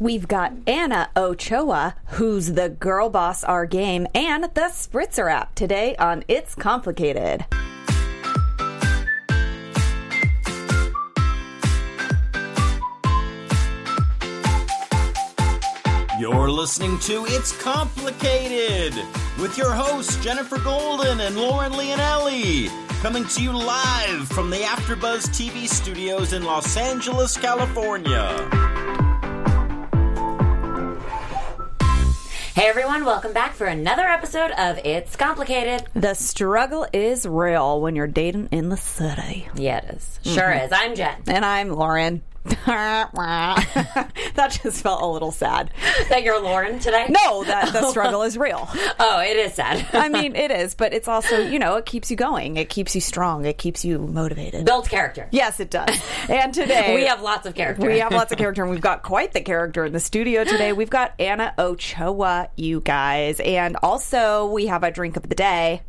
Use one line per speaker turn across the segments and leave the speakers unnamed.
We've got Anna Ochoa, who's the girl boss our game, and the Spritzer app today on It's Complicated.
You're listening to It's Complicated with your hosts Jennifer Golden and Lauren Leonelli, coming to you live from the AfterBuzz TV studios in Los Angeles, California.
Hey everyone, welcome back for another episode of It's Complicated.
The struggle is real when you're dating in the city.
Yeah, it is. Sure
Mm-hmm.
is. I'm Jen.
And I'm Lauren. that just felt a little sad.
That you're Lauren today?
No, that the struggle is real.
Oh, it is sad.
I mean, it is, but it's also, you know, it keeps you going. It keeps you strong. It keeps you motivated.
Built character.
Yes, it does. And today
We have lots of character.
We have lots of character, and we've got quite the character in the studio today. We've got Anna Ochoa, you guys, and also we have a drink of the day.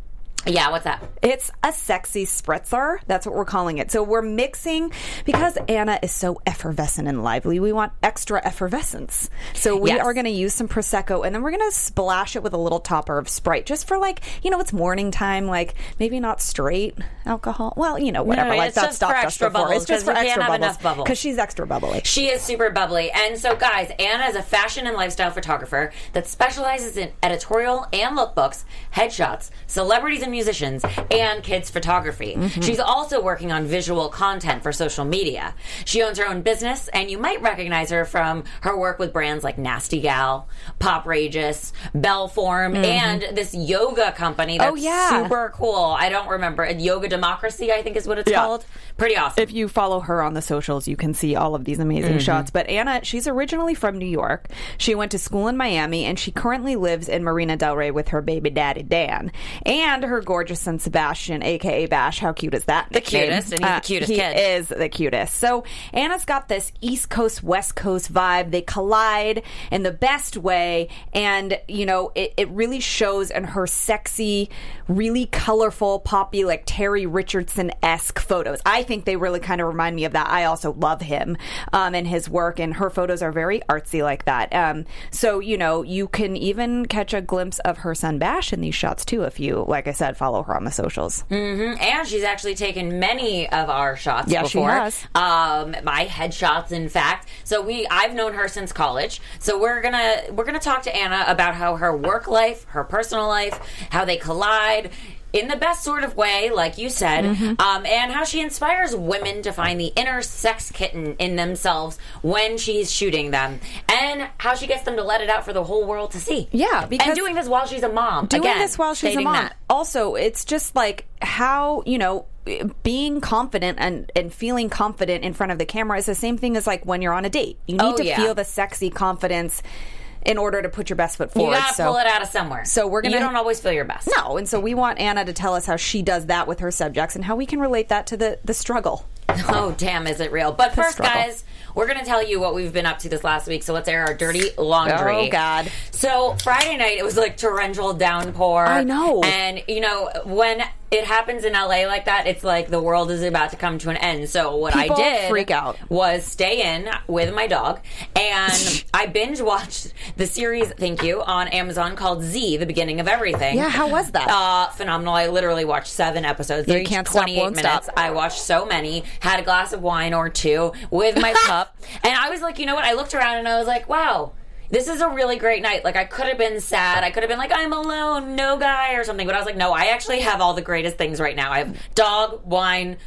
Yeah, what's that?
It's a sexy spritzer. That's what we're calling it. So we're mixing because Anna is so effervescent and lively. We want extra effervescence. So we
Yes.
are going to use some prosecco, and then we're going to splash it with a little topper of Sprite, just for like you know it's morning time, like maybe not straight alcohol. Well, you know whatever,
no,
like
it's
that
just
stopped
for
us
extra
before.
bubbles,
it's just
'cause
for
we can't
extra
have
bubbles
enough bubbles.
because she's extra bubbly.
She is super bubbly. And so, guys, Anna is a fashion and lifestyle photographer that specializes in editorial and lookbooks, headshots, celebrities and musicians, and kids photography.
Mm-hmm.
She's also working on visual content for social media. She owns her own business, and you might recognize her from her work with brands like Nasty Gal, Pop Rageous, Bellform, and this yoga company that's
Mm-hmm. Oh, yeah.
super cool. I don't remember. Yoga Democracy, I think is what it's
Yeah.
called. Pretty awesome.
if you follow her on the socials, you can see all of these amazing shots. But Anna, she's originally from New York. She went to school in Miami and she currently lives in Marina Del Rey with her baby daddy Dan and her gorgeous son Sebastian, aka Bash. How cute is that? The
cutest, and he's the cutest
Uh, he
kid.
is the cutest. So Anna's got this East Coast West Coast vibe. They collide in the best way, and you know it, it really shows in her sexy, really colorful, poppy like Terry Richardson esque photos. I think they really kind of remind me of that. I also love him um, and his work, and her photos are very artsy like that. Um, so you know you can even catch a glimpse of her son Bash in these shots too if you, like I said, follow her on the socials.
and she's actually taken many of our shots
Yeah, she
before.
has.
Um, my headshots, in fact. So we, I've known her since college. So we're gonna we're gonna talk to Anna about how her work life, her personal life, how they collide. In the best sort of way, like you said,
Mm-hmm.
um, and how she inspires women to find the inner sex kitten in themselves when she's shooting them, and how she gets them to let it out for the whole world to see.
Yeah, because-
and doing this while she's a mom.
doing
Again,
this while she's a
stating
mom.
that.
Also, it's just like how you know being confident and and feeling confident in front of the camera is the same thing as like when you're on a date. You need
Oh,
to
yeah.
feel the sexy confidence in order to put your best foot
You
forward.
gotta
so.
pull it out of somewhere.
so we're gonna-
You don't always feel your best.
no, and so we want Anna to tell us how she does that with her subjects and how we can relate that to the the struggle.
Oh damn, is it real? But first,
struggle.
guys, we're gonna tell you what we've been up to this last week. So let's air our dirty laundry.
Oh, God.
So Friday night it was like torrential downpour.
I know.
And you know when it happens in LA like that, it's like the world is about to come to an end. So what
People
I did
freak out.
was stay in with my dog, and I binge watched the series. Thank you on Amazon called Z: The Beginning of Everything.
Yeah, how was that?
Uh, phenomenal. I literally watched seven episodes. They're each
can't stop,
28
won't
minutes.
stop.
I watched so many, had a glass of wine or two with my pup. And I was like, you know what? I looked around and I was like, wow. This is a really great night. Like I could have been sad. I could have been like I'm alone, no guy or something, but I was like, no, I actually have all the greatest things right now. I have dog, wine,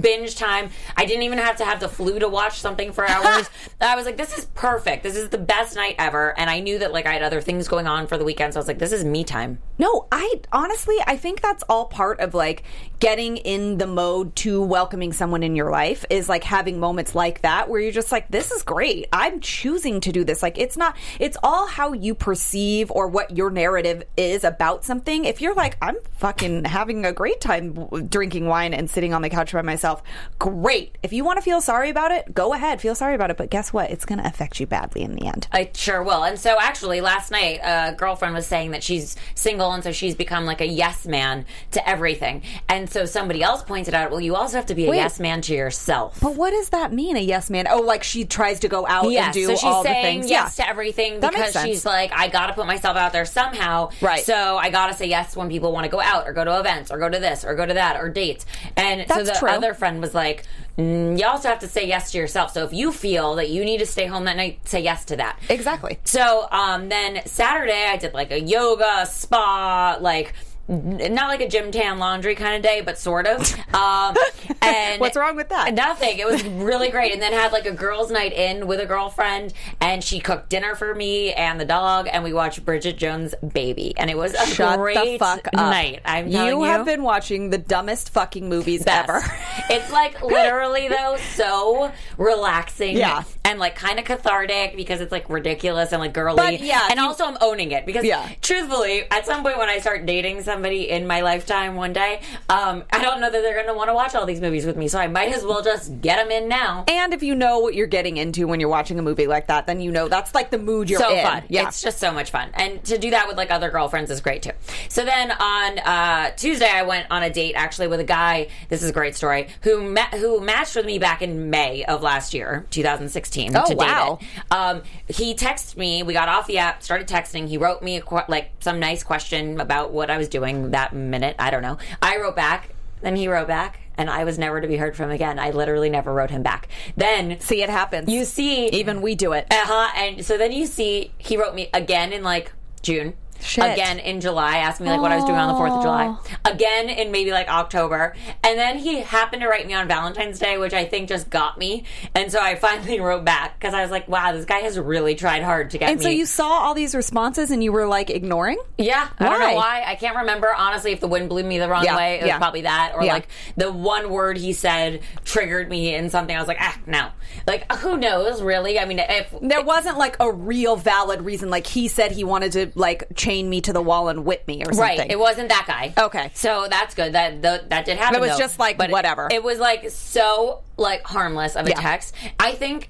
binge time. I didn't even have to have the flu to watch something for hours. I was like, this is perfect. This is the best night ever. And I knew that like I had other things going on for the weekend, so I was like, this is me time.
No, I honestly, I think that's all part of like getting in the mode to welcoming someone in your life is like having moments like that where you're just like, this is great. I'm choosing to do this. Like, it's not, it's all how you perceive or what your narrative is about something. If you're like, I'm fucking having a great time w- drinking wine and sitting on the couch by myself. Great. If you want to feel sorry about it, go ahead, feel sorry about it. But guess what? It's going to affect you badly in the end.
I sure will. And so, actually, last night, a girlfriend was saying that she's single, and so she's become like a yes man to everything. And so, somebody else pointed out, well, you also have to be a
Wait.
yes man to yourself.
But what does that mean? A yes man? Oh, like she tries to go out and
Yes,
do
so she's
all the
saying
things.
yes
yeah.
to everything
That makes
because
sense.
she's like, I gotta put myself out there somehow.
Right.
So I gotta say yes when people want to go out or go to events or go to this or go to that or dates. And so
That's
the
true.
other friend was like, mm, you also have to say yes to yourself. So if you feel that you need to stay home that night, say yes to that.
Exactly.
So um, then Saturday, I did like a yoga, spa, like n- not like a gym tan laundry kind of day, but sort of. Um, and
What's wrong with that?
Nothing. It was really great. And then had like a girls' night in with a girlfriend, and she cooked dinner for me and the dog, and we watched Bridget Jones' Baby, and it was a
Shut
great
the fuck up.
night. I'm telling you,
have been watching the dumbest fucking movies
best.
ever.
it's like literally though so relaxing
Yeah.
and like kind of cathartic because it's like ridiculous and like girly
But, yeah,
and
you-
also I'm owning it because
Yeah.
truthfully at some point when I start dating somebody in my lifetime one day um, I don't know that they're going to want to watch all these movies with me so I might as well just get them in now
and if you know what you're getting into when you're watching a movie like that, then you know that's like the mood you're
so
in.
fun.
Yeah.
It's just so much fun. And to do that with like other girlfriends is great too. So then on uh, Tuesday I went on a date actually with a guy, this is a great story, who met who matched with me back in May of last year, 2016
Oh,
to date
wow.
it. Um, he texted me. We got off the app, started texting. He wrote me a qu- like some nice question about what I was doing that minute. I don't know. I wrote back, then he wrote back, and I was never to be heard from again. I literally never wrote him back. Then
see, it happens.
you see,
Even we do it.
uh huh. And so then you see, he wrote me again in like June.
Shit.
Again in July, asked me like what I was doing on the 4th of July. Again in maybe like October. And then he happened to write me on Valentine's Day, which I think just got me. And so I finally wrote back because I was like, wow, this guy has really tried hard to get
and
me.
so you saw all these responses and you were like ignoring?
Yeah, I don't
Why?
know why. I can't remember honestly if the wind blew me the wrong
Yeah,
way. It
yeah.
was probably that, or
Yeah.
like the one word he said triggered me in something. I was like, ah, no. Like who knows, really? I mean, if
There wasn't like a real valid reason. Like he said he wanted to like chain me to the wall and whip me or something.
Right. It wasn't that guy.
Okay.
So that's good. That th- that did happen.
It was
though.
just like,
But
whatever.
It was like so like harmless of a
Yeah.
text. I think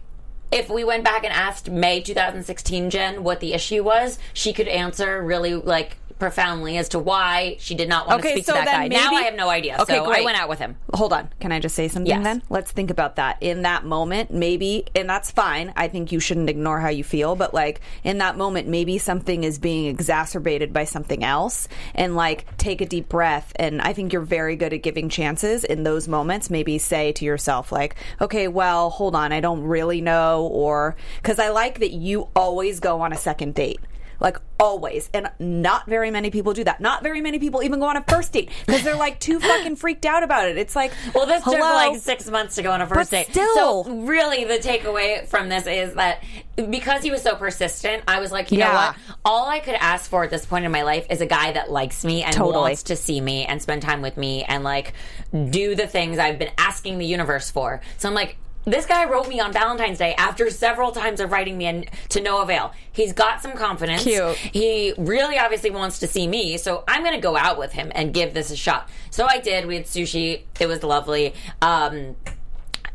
if we went back and asked May 2016 Jen what the issue was, she could answer really like profoundly as to why she did not want
Okay,
to speak
so
to that
then
guy. now
maybe-
I have no idea.
Okay,
so I
great.
went out with him.
hold on. Can I just say something
Yes.
then? Let's think about that. In that moment, maybe, and that's fine. I think you shouldn't ignore how you feel, but like in that moment, maybe something is being exacerbated by something else. And like take a deep breath. And I think you're very good at giving chances in those moments. Maybe say to yourself, like, okay, well, hold on. I don't really know. Or because I like that you always go on a second date. Like always, and not very many people do that. Not very many people even go on a first date because they're like too fucking freaked out about it. It's like,
Well, this took
Hello?
like six months to go on a first
But
date.
still.
so really, the takeaway from this is that because he was so persistent, I was like, you know
Yeah.
what? All I could ask for at this point in my life is a guy that likes me and
Totally.
wants to see me and spend time with me and like do the things I've been asking the universe for. So I'm like. This guy wrote me on Valentine's Day after several times of writing me and to no avail. He's got some confidence.
Cute.
He really obviously wants to see me, so I'm going to go out with him and give this a shot. So I did. We had sushi. It was lovely. Um,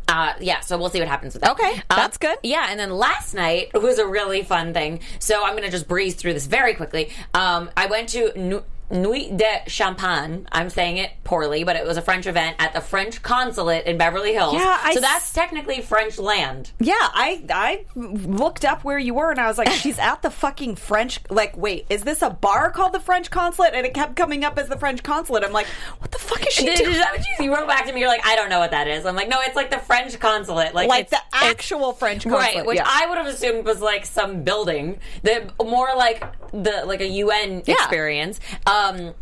uh, yeah, so we'll see what happens with that.
Okay,
Um,
that's good.
Yeah, and then last night was a really fun thing. So I'm going to just breeze through this very quickly. Um, I went to Nu- Nuit de Champagne. I'm saying it poorly, but it was a French event at the French consulate in Beverly Hills.
Yeah, I
so
s-
that's technically French land.
yeah, I I looked up where you were, and I was like, she's at the fucking French. Like, wait, is this a bar called the French Consulate? And it kept coming up as the French Consulate. I'm like, what the fuck is she
Did-
doing?
did- did you- you wrote back to me. You're like, I don't know what that is. I'm like, no, it's like the French consulate, like
Like the
it's- it's-
actual French Consulate,
right? Which
yeah.
I would have assumed was like some building that more like the like a UN
Yeah.
experience. Um,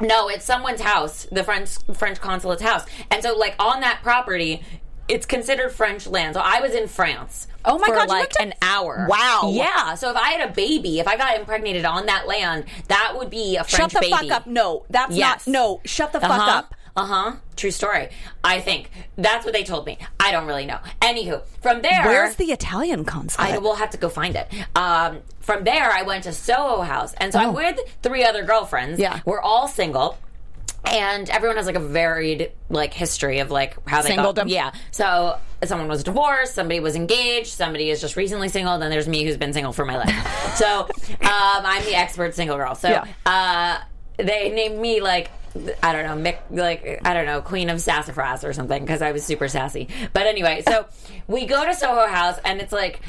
no, it's someone's house, the French French consulate's house, and so like on that property. It's considered French land. So I was in France.
Oh my
for,
God, you
Like
looked up-
an hour.
Wow.
Yeah. So if I had a baby, if I got impregnated on that land, that would be a
shut
French
the
baby.
fuck up. No, that's
Yes.
not. No, shut the fuck up.
Uh huh. True story. I think that's what they told me. I don't really know. Anywho, from there,
Where's the Italian Consulate?
I will have to go find it. Um, from
Oh.
there, I went to Soho House, and so I'm with three other girlfriends.
Yeah.
we're all single. and everyone has like a varied like history of like how they got
Singledom.
yeah so someone was divorced somebody was engaged somebody is just recently single then there's me who's been single for my life so um, i'm the expert single girl so
Yeah.
uh, they named me like I don't know, Mick, like I don't know, Queen of Sassafras or something because I was super sassy. But anyway, so we go to Soho House and it's like,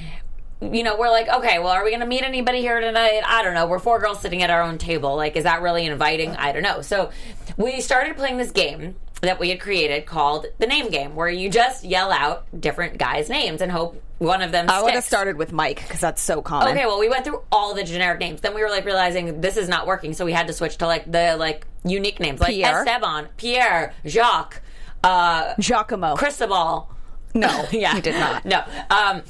you know, we're like, okay, well, are we going to meet anybody here tonight? I don't know. We're four girls sitting at our own table. Like, is that really inviting? I don't know. So we started playing this game that we had created called the name game, where you just yell out different guys' names and hope one of them.
I would have
sticks.
started with Mike because that's so common.
Okay, well, we went through all the generic names. Then we were like realizing this is not working, so we had to switch to like the like unique names, like
Pierre.
Esteban, Pierre, Jacques, uh,
Giacomo.
Cristobal.
no,
Yeah,
he did not.
No, um,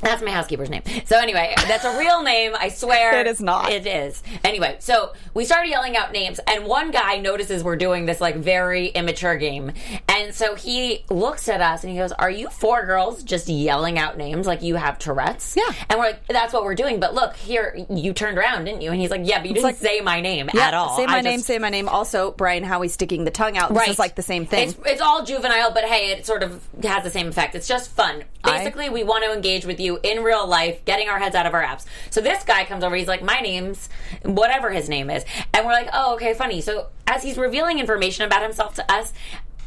that's my housekeeper's name. So anyway, that's a real name. I swear,
It is not.
It is. Anyway, so we started yelling out names, and one guy notices we're doing this like very immature game, and so he looks at us and he goes, "Are you four girls just yelling out names like you have Tourette's?"
Yeah.
And we're like, "That's what we're doing." But look, here you turned around, didn't you? And he's like, "Yeah, but you didn't
like-
say my name
Yeah,
at all.
Say my
I
name,
just-
say my name. Also, Brian Howie sticking the tongue out. This is like the same thing.
It's, it's all juvenile, but hey, it sort of has the same effect. It's just fun.
I-
Basically, we want to engage with you in real life, getting our heads out of our apps. So this guy comes over. He's like, "My name's whatever his name is," and we're like, "Oh, okay, funny." So as he's revealing information about himself to us,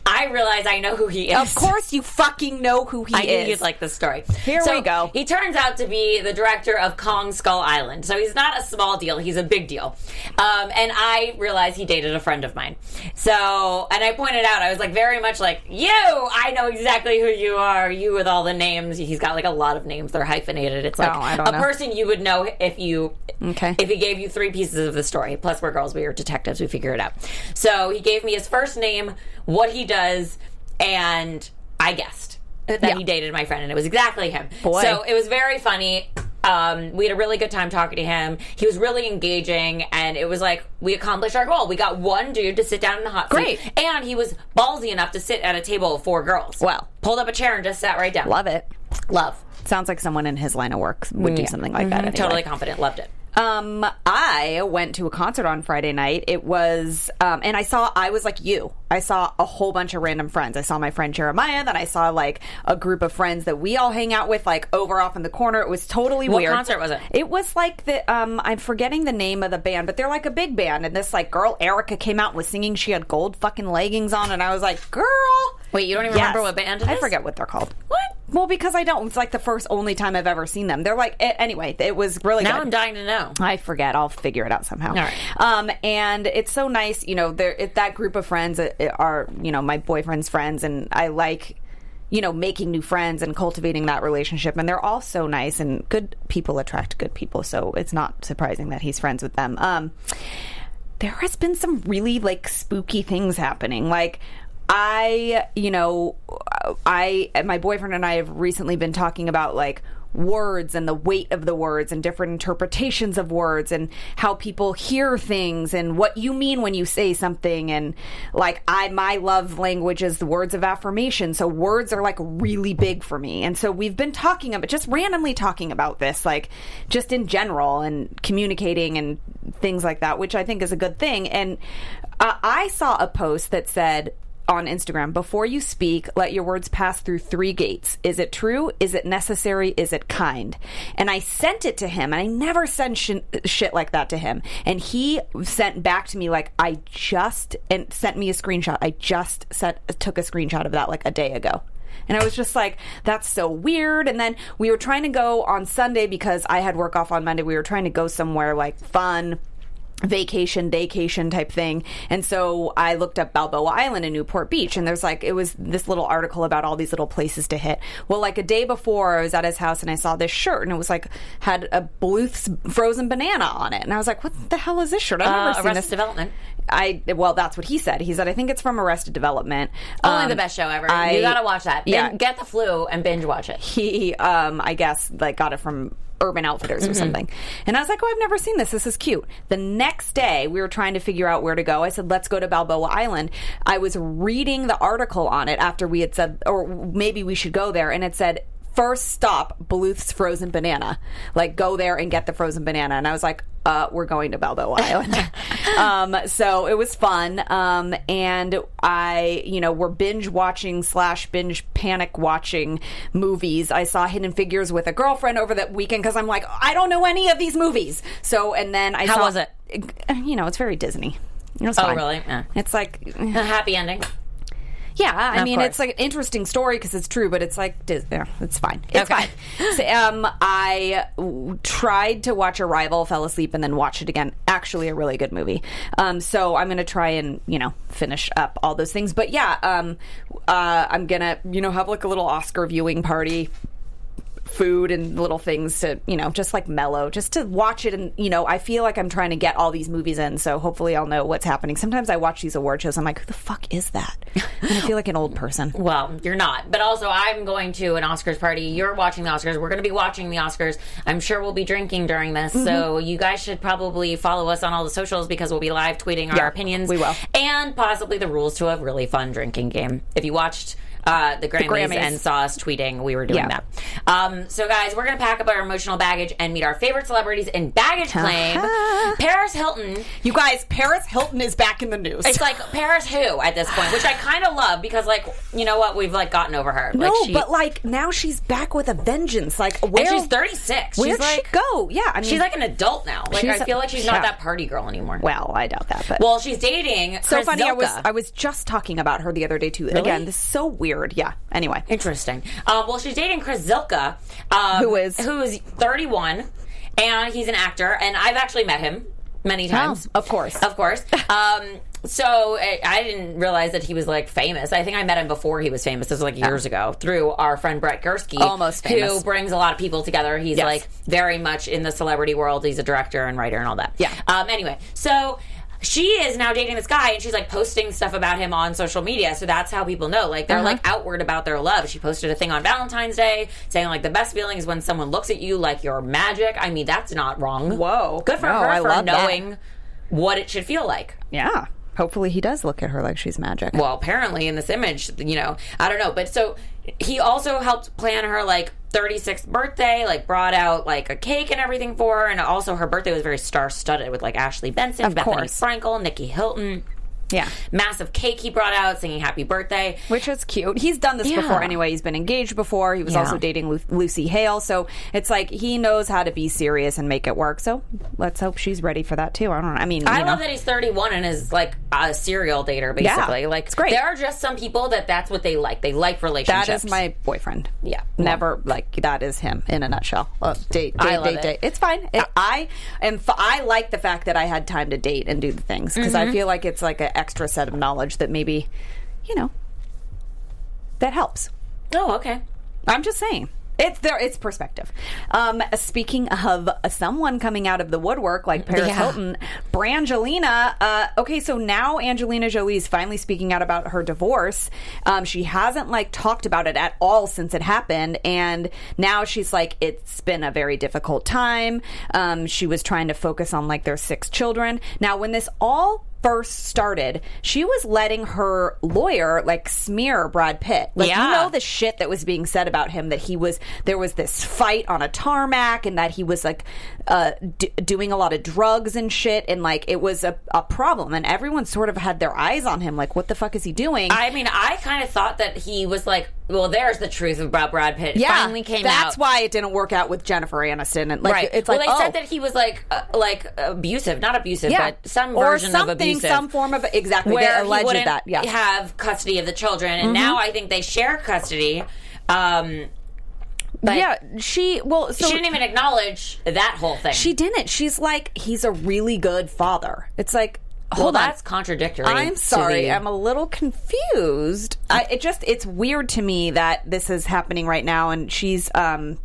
I realize I know who he is.
of course, you fucking know who he
I knew
is.
you'd like this story.
Here
So,
we go.
He turns out to be the director of Kong Skull Island. So he's not a small deal, he's a big deal. Um, and I realized he dated a friend of mine. So, and I pointed out, I was like, very much like, you, I know exactly who you are, you with all the names. He's got like a lot of names, they're hyphenated. It's like
Oh, I don't
a
know.
person you would know if you
Okay.
if he gave you three pieces of the story, plus we're girls, we are detectives, we figure it out. So he gave me his first name, what he does, and I guessed that he dated my friend, and it was exactly him.
Boy.
So it was very funny. Um, we had a really good time talking to him. He was really engaging, and it was like we accomplished our goal. We got one dude to sit down in the hot
Great.
seat, and he was ballsy enough to sit at a table of four girls.
Wow.
pulled up a chair and just sat right down.
Love it.
love,
Sounds like someone in his line of work would do something like that. Anyway.
Mm. Mm-hmm. totally confident, loved it.
Um, I went to a concert on Friday night. It was, um, and I saw, I was like you. I saw a whole bunch of random friends. I saw my friend Jeremiah, then I saw like a group of friends that we all hang out with, like over off in the corner. It was totally
What
weird.
concert was it?
It was like the, um, I'm forgetting the name of the band, but they're like a big band. And this like girl, Erica, came out and was singing. She had gold fucking leggings on, and I was like, girl.
Wait, you don't even
Yes.
remember what band? It
I
is?
forget what they're called. What? Well, because I don't. It's like the first, only time I've ever seen them. They're like, it, anyway, it was really
Now
good.
I'm dying to know.
I forget. I'll figure it out somehow.
right.
Um, and it's so nice, you know. There, it, that group of friends uh, are, you know, my boyfriend's friends, and I like, you know, making new friends and cultivating that relationship. And they're all so nice, and good people attract good people. So it's not surprising that he's friends with them. Um, there has been some really like spooky things happening, like. I, you know, I, my boyfriend and I have recently been talking about like words and the weight of the words and different interpretations of words and how people hear things and what you mean when you say something and like I my love language is the words of affirmation so words are like really big for me and so we've been talking about just randomly talking about this like just in general and communicating and things like that which I think is a good thing and uh, I saw a post that said on Instagram before you speak, let your words pass through three gates. Is it true? Is it necessary? Is it kind? And I sent it to him, and I never send sh- shit like that to him. And he sent back to me like I just and sent me a screenshot. I just sent took a screenshot of that like a day ago. And I was just like, that's so weird. And then we were trying to go on Sunday because I had work off on Monday. We were trying to go somewhere like fun vacation, daycation type thing. And so I looked up Balboa Island in Newport Beach and there's like it was this little article about all these little places to hit. Well, like a day before I was at his house and I saw this shirt and it was like had a Bluth's frozen banana on it. And I was like, what the hell is this shirt? I've never
Uh,
seen
Arrested
this.
Development.
I well, that's what he said. He said I think it's from Arrested Development.
Only
Um,
the best show ever.
I-
you gotta watch that.
Yeah.
Bin- get the flu and binge watch it.
he um i guess like got it from urban outfitters or something and i was like oh i've never seen this this is cute the next day we were trying to figure out where to go i said let's go to balboa island i was reading the article on it after we had said or maybe we should go there and it said First stop, Bluth's frozen banana. Like, go there and get the frozen banana. And I was like, uh, we're going to Balboa Island. um, so it was fun. Um, and I, you know, we're binge watching slash binge panic watching movies. I saw Hidden Figures with a girlfriend over the weekend because I'm like, I don't know any of these movies. So, and then I
How
saw- Uh,
was it?
You know, it's very Disney. It was
Oh,
fine.
really? Yeah.
It's like
A happy ending.
yeah, I
Of
mean
course.
it's like an interesting story because it's true, but it's like dis- yeah, it's fine. It's
Okay.
fine. So, um, I w- tried to watch Arrival, fell asleep, and then watched it again. Actually, a really good movie. Um, so I'm gonna try and you know finish up all those things. But yeah, um, uh, I'm gonna you know have like a little Oscar viewing party. Food and little things to you know, just like mellow, just to watch it. And you know, I feel like I'm trying to get all these movies in, so hopefully I'll know what's happening. Sometimes I watch these award shows, I'm like, who the fuck is that? And I feel like an old person.
Well, you're not. But also, I'm going to an Oscars party. You're watching the Oscars. We're going to be watching the Oscars. I'm sure we'll be drinking during this. So
Mm-hmm.
you guys should probably follow us on all the socials because we'll be live tweeting our
Yeah,
opinions.
we will.
And possibly the rules to a really fun drinking game. If you watched. Uh, the, Grammys
Grammys.
and saw us tweeting. We were doing
Yeah.
that. Um, so, guys, we're going to pack up our emotional baggage and meet our favorite celebrities in baggage
Uh-huh.
claim. Paris Hilton
You guys, Paris Hilton is back in the news.
it's like Paris who at this point, which I kind of love because like you know what we've like gotten over her.
no,
like she,
but like now she's back with a vengeance. Like where
and she's thirty six.
Where'd
She's like
she go? Yeah, I mean,
she's like an adult now. Like
She's
I
a-
feel like she's
yeah.
not that party girl anymore.
well, I doubt that, but
Well, she's dating.
so
Chris
funny. I was
Zylka.
I was just talking about her the other day too. Again, this is so weird. Yeah. Anyway,
Interesting. Um, well, she's dating Chris Zilka, um,
Who is?
who is thirty one, and he's an actor, and I've actually met him many times.
Oh, of course.
of course. Um, so I, I didn't realize that he was like famous. I think I met him before he was famous. This was like years ago through our friend Brett Gursky,
Oh. Almost famous.
who brings a lot of people together. He's
Yes.
like very much in the celebrity world. He's a director and writer and all that.
Yeah.
Um, anyway, so. She is now dating this guy, and she's like posting stuff about him on social media. So that's how people know. Like they're
Uh-huh.
like outward about their love. She posted a thing on Valentine's Day saying like the best feeling is when someone looks at you like you're magic. I mean that's not wrong.
Whoa.
good for
No,
her
I
for
love that.
knowing what it should feel like.
yeah. Hopefully, he does look at her like she's magic.
Well, apparently in this image, you know, I don't know, but so he also helped plan her like 36th birthday, like brought out like a cake and everything for her, and also her birthday was very star-studded with like Ashley Benson,
Of
Bethany
course.
Frankel, Nikki Hilton.
yeah.
Massive cake he brought out, singing "Happy Birthday."
Which is cute. He's done this
Yeah.
before anyway. He's been engaged before. He was
Yeah.
also dating Lu- Lucy Hale. So it's like he knows how to be serious and make it work. So let's hope she's ready for that too. I don't know. I mean,
I
you
love
know.
that he's 31 and is like a serial dater, basically. like
it's great.
There are just some people that that's what they like. They like relationships.
That is my boyfriend.
Yeah.
never like that is him in a nutshell. Uh, date, date,
I love
date,
it. Uh,
date. It's fine. It, I am. F- I like the fact that I had time to date and do the things because
Mm-hmm.
I feel like it's like an extra set of knowledge that maybe, you know, that helps.
Oh, okay.
I'm just saying. It's there. It's perspective. Um, speaking of someone coming out of the woodwork like Paris
Yeah.
Hilton, Brangelina. Uh, okay, so now Angelina Jolie is finally speaking out about her divorce. Um, she hasn't like talked about it at all since it happened, and now she's like, it's been a very difficult time. Um, she was trying to focus on like their six children. Now, when this all first started, she was letting her lawyer like smear Brad Pitt. Like you
Yeah.
know the shit that was being said about him that he was there was this fight on a tarmac and that he was like uh, d- doing a lot of drugs and shit and like it was a, a problem and everyone sort of had their eyes on him like what the fuck is he doing?
I mean, I kind of thought that he was like, well, there's the truth about Brad Pitt. It finally came out.
that's why it didn't work out with Jennifer Aniston. And like,
Right.
it's
well,
like,
they
oh.
said that he was like, uh, like abusive, not abusive, but some
or
version
something,
of abusive,
some form of exactly.
where
they alleged
he wouldn't
that. Yeah, Mm-hmm.
have custody of the children, and now I think they share custody. Um, but
yeah. She well, so
she didn't even acknowledge that whole thing.
She didn't. She's like, he's a really good father. It's like,
well,
hold on.
that's contradictory.
I'm
to
sorry.
the-
I'm a little confused. I, it just, it's weird to me that this is happening right now. And she's, um,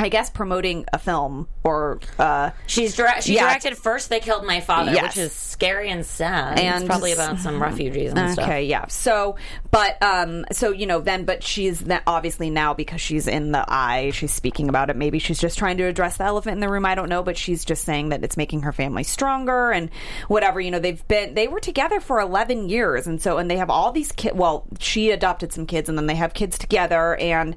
I guess, promoting a film or, uh,
she's direct. She
Yeah.
directed first. They killed my father,
Yes.
which is scary and sad.
And-
it's probably about some refugees and stuff.
Okay, yeah. So, but um, so you know, then, but she's then obviously now because she's in the eye, she's speaking about it. Maybe she's just trying to address the elephant in the room. I don't know, but she's just saying that it's making her family stronger and whatever. You know, they've been they were together for eleven years, and so and they have all these kids. Well, she adopted some kids, and then they have kids together, and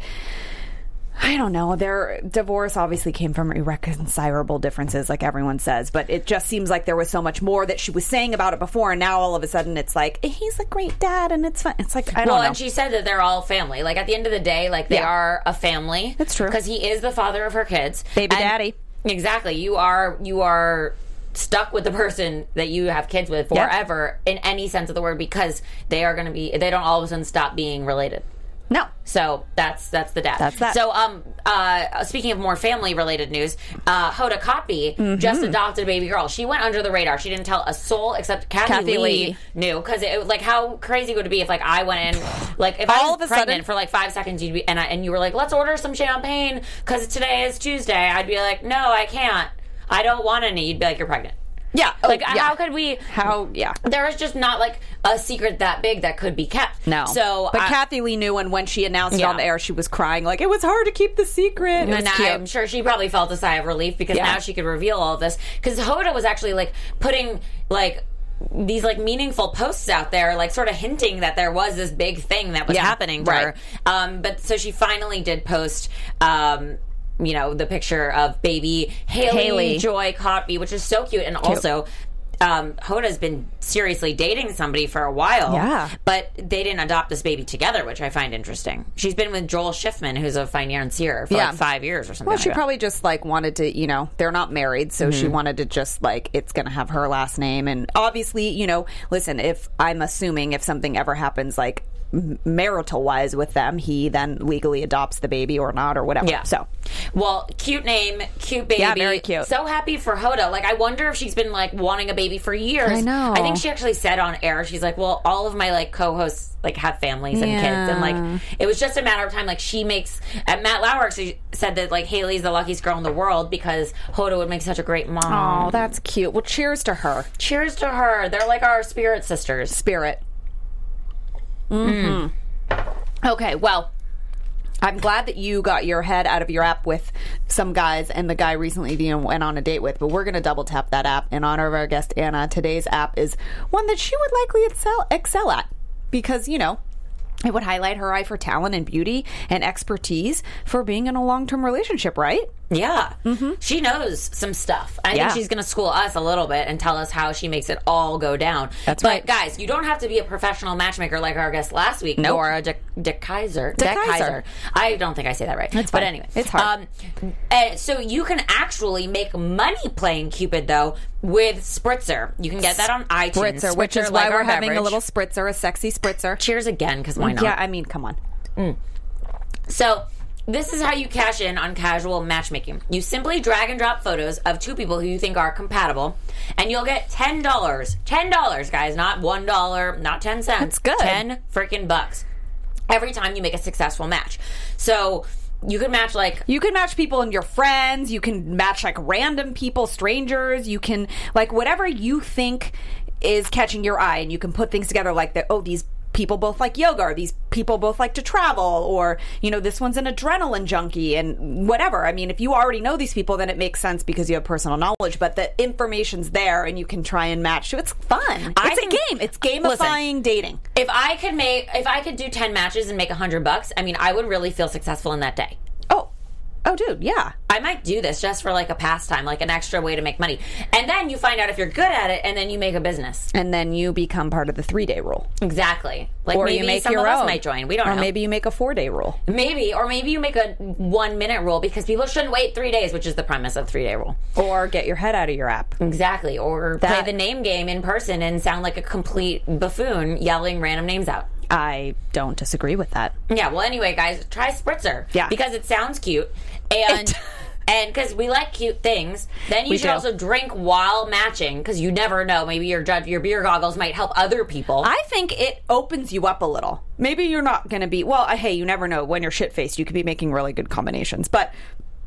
I don't know. Their divorce obviously came from irreconcilable differences, like everyone says, but it just seems like there was so much more that she was saying about it before, and now all of a sudden it's like, he's a great dad, and it's fun. It's like, I don't
well,
know.
and she said that they're all family. Like at the end of the day, like they
Yeah.
are a family.
That's true.
Because he is the father of her kids,
Baby
And-
daddy.
Exactly. You are you are stuck with the person that you have kids with
Yeah.
forever in any sense of the word because they are going to be they don't all of a sudden stop being related.
no.
So that's that's the dad.
That's that.
So um, uh, speaking of more family related news, uh, Hoda Kotb
Mm-hmm.
just adopted a baby girl. She went under the radar. She didn't tell a soul except Kathy,
Kathy
Lee,
Lee.
knew because it was like how crazy would it be if like I went in like if I
All
was
of a
pregnant
sudden-
for like five seconds you'd be and I, and you were like let's order some champagne because today is Tuesday I'd be like no I can't I don't want any you'd be like you're pregnant
Yeah.
like
oh, yeah.
how could we
How, yeah.
there is just not like a secret that big that could be kept
No.
so
But
I-
Kathy Lee knew, and when she announced it
Yeah.
on the air, she was crying, like, it was hard to keep the secret. It was
and
cute.
I'm sure she probably felt a sigh of relief because
Yeah.
now she could reveal all this. Because Hoda was actually like putting like these like meaningful posts out there, like sort of hinting that there was this big thing that was
Yeah,
happening to
right.
her. Um, but so she finally did post. Um, you know the picture of baby Haley,
Haley.
Joy Cotby, which is so cute, and also. Um, Hoda's been seriously dating somebody for a while,
Yeah.
But they didn't adopt this baby together, which I find interesting. She's been with Joel Schiffman, who's a financier, for
Yeah. Mm-hmm.
like five years or something.
Well,
like
she
that.
probably just like wanted to, you know, they're not married, so she wanted to just like it's going to have her last name, and obviously, you know, listen, if I'm assuming if something ever happens, like marital wise with them, he then legally adopts the baby or not or whatever.
Yeah.
So
Well, cute name, cute baby.
Yeah, very cute.
So happy for Hoda. Like, I wonder if she's been like wanting a baby for years.
I know.
I think she actually said on air, she's like, "Well, all of my like co-hosts like have families and kids, and
Yeah.
like it was just a matter of time." Like, she makes. And Matt Lauer actually said that like Haley's the luckiest girl in the world because Hoda would make such a great mom.
oh, that's cute. Well, cheers to her
Cheers to her. They're like our spirit sisters.
spirit. Mm-hmm. hmm Okay, well. I'm glad that you got your head out of your app with some guys and the guy recently that you went on a date with, but we're going to double tap that app in honor of our guest Anna. Today's app is one that she would likely excel, excel at because, you know, it would highlight her eye for talent and beauty and expertise for being in a long term relationship, right?
Yeah. She knows some stuff. I
Mm-hmm. Yeah.
think she's going to school us a little bit and tell us how she makes it all go down.
That's
but
right.
guys, you don't have to be a professional matchmaker like our guest last week,
Nope.
Nora De- De Kaiser.
De Kaiser.
I don't think I say that right.
It's
but
fine.
anyway.
It's hard.
Um, uh, so you can actually make money playing Cupid, though, with Spritzer. You can get that on iTunes.
Spritzer, which is why
like our
we're having a
beverage.
little spritzer, a sexy spritzer.
Cheers again, because why not?
Yeah, I mean, come on.
So this is how you cash in on casual matchmaking. You simply drag and drop photos of two people who you think are compatible, and you'll get ten dollars. Ten dollars, guys, not one dollar, not ten cents. That's
good.
Ten freaking bucks. Every time you make a successful match. So you could match like
You can match people and your friends. You can match like random people, strangers. You can like whatever you think is catching your eye, and you can put things together like that. Oh, these people both like yoga, or these people both like to travel, or you know, this one's an adrenaline junkie, and whatever. I mean, if you already know these people, then it makes sense because you have personal knowledge. But the information's there, and you can try and match. So it's fun.
I
it's a
think-
game. It's gamifying
Listen.
dating.
if I could make if I could do ten matches and make a hundred bucks, I mean I would really feel successful in that day.
Oh, oh, dude, yeah.
I might do this just for like a pastime, like an extra way to make money. And then you find out if you're good at it and then you make a business.
And then you become part of the three day rule.
Exactly. Like
or
maybe
you make
someone
your
else
own.
might join. We don't
or
know. Maybe.
maybe you make a four day rule.
or maybe you make a one minute rule because people shouldn't wait three days, which is the premise of three day rule.
Or get your head out of your app.
Exactly. Or
That-
play the name game in person and sound like a complete buffoon yelling random names out.
I don't disagree with that.
Yeah. Well, anyway, guys, try Spritzer.
Yeah.
Because it sounds cute and. And because we like cute things, then you
We
should
do.
also drink while matching because you never know. Maybe your judge, your beer goggles might help other people.
I think it opens you up a little. Maybe you're not going to be, well, uh, hey, you never know. When you're shit faced, you could be making really good combinations. But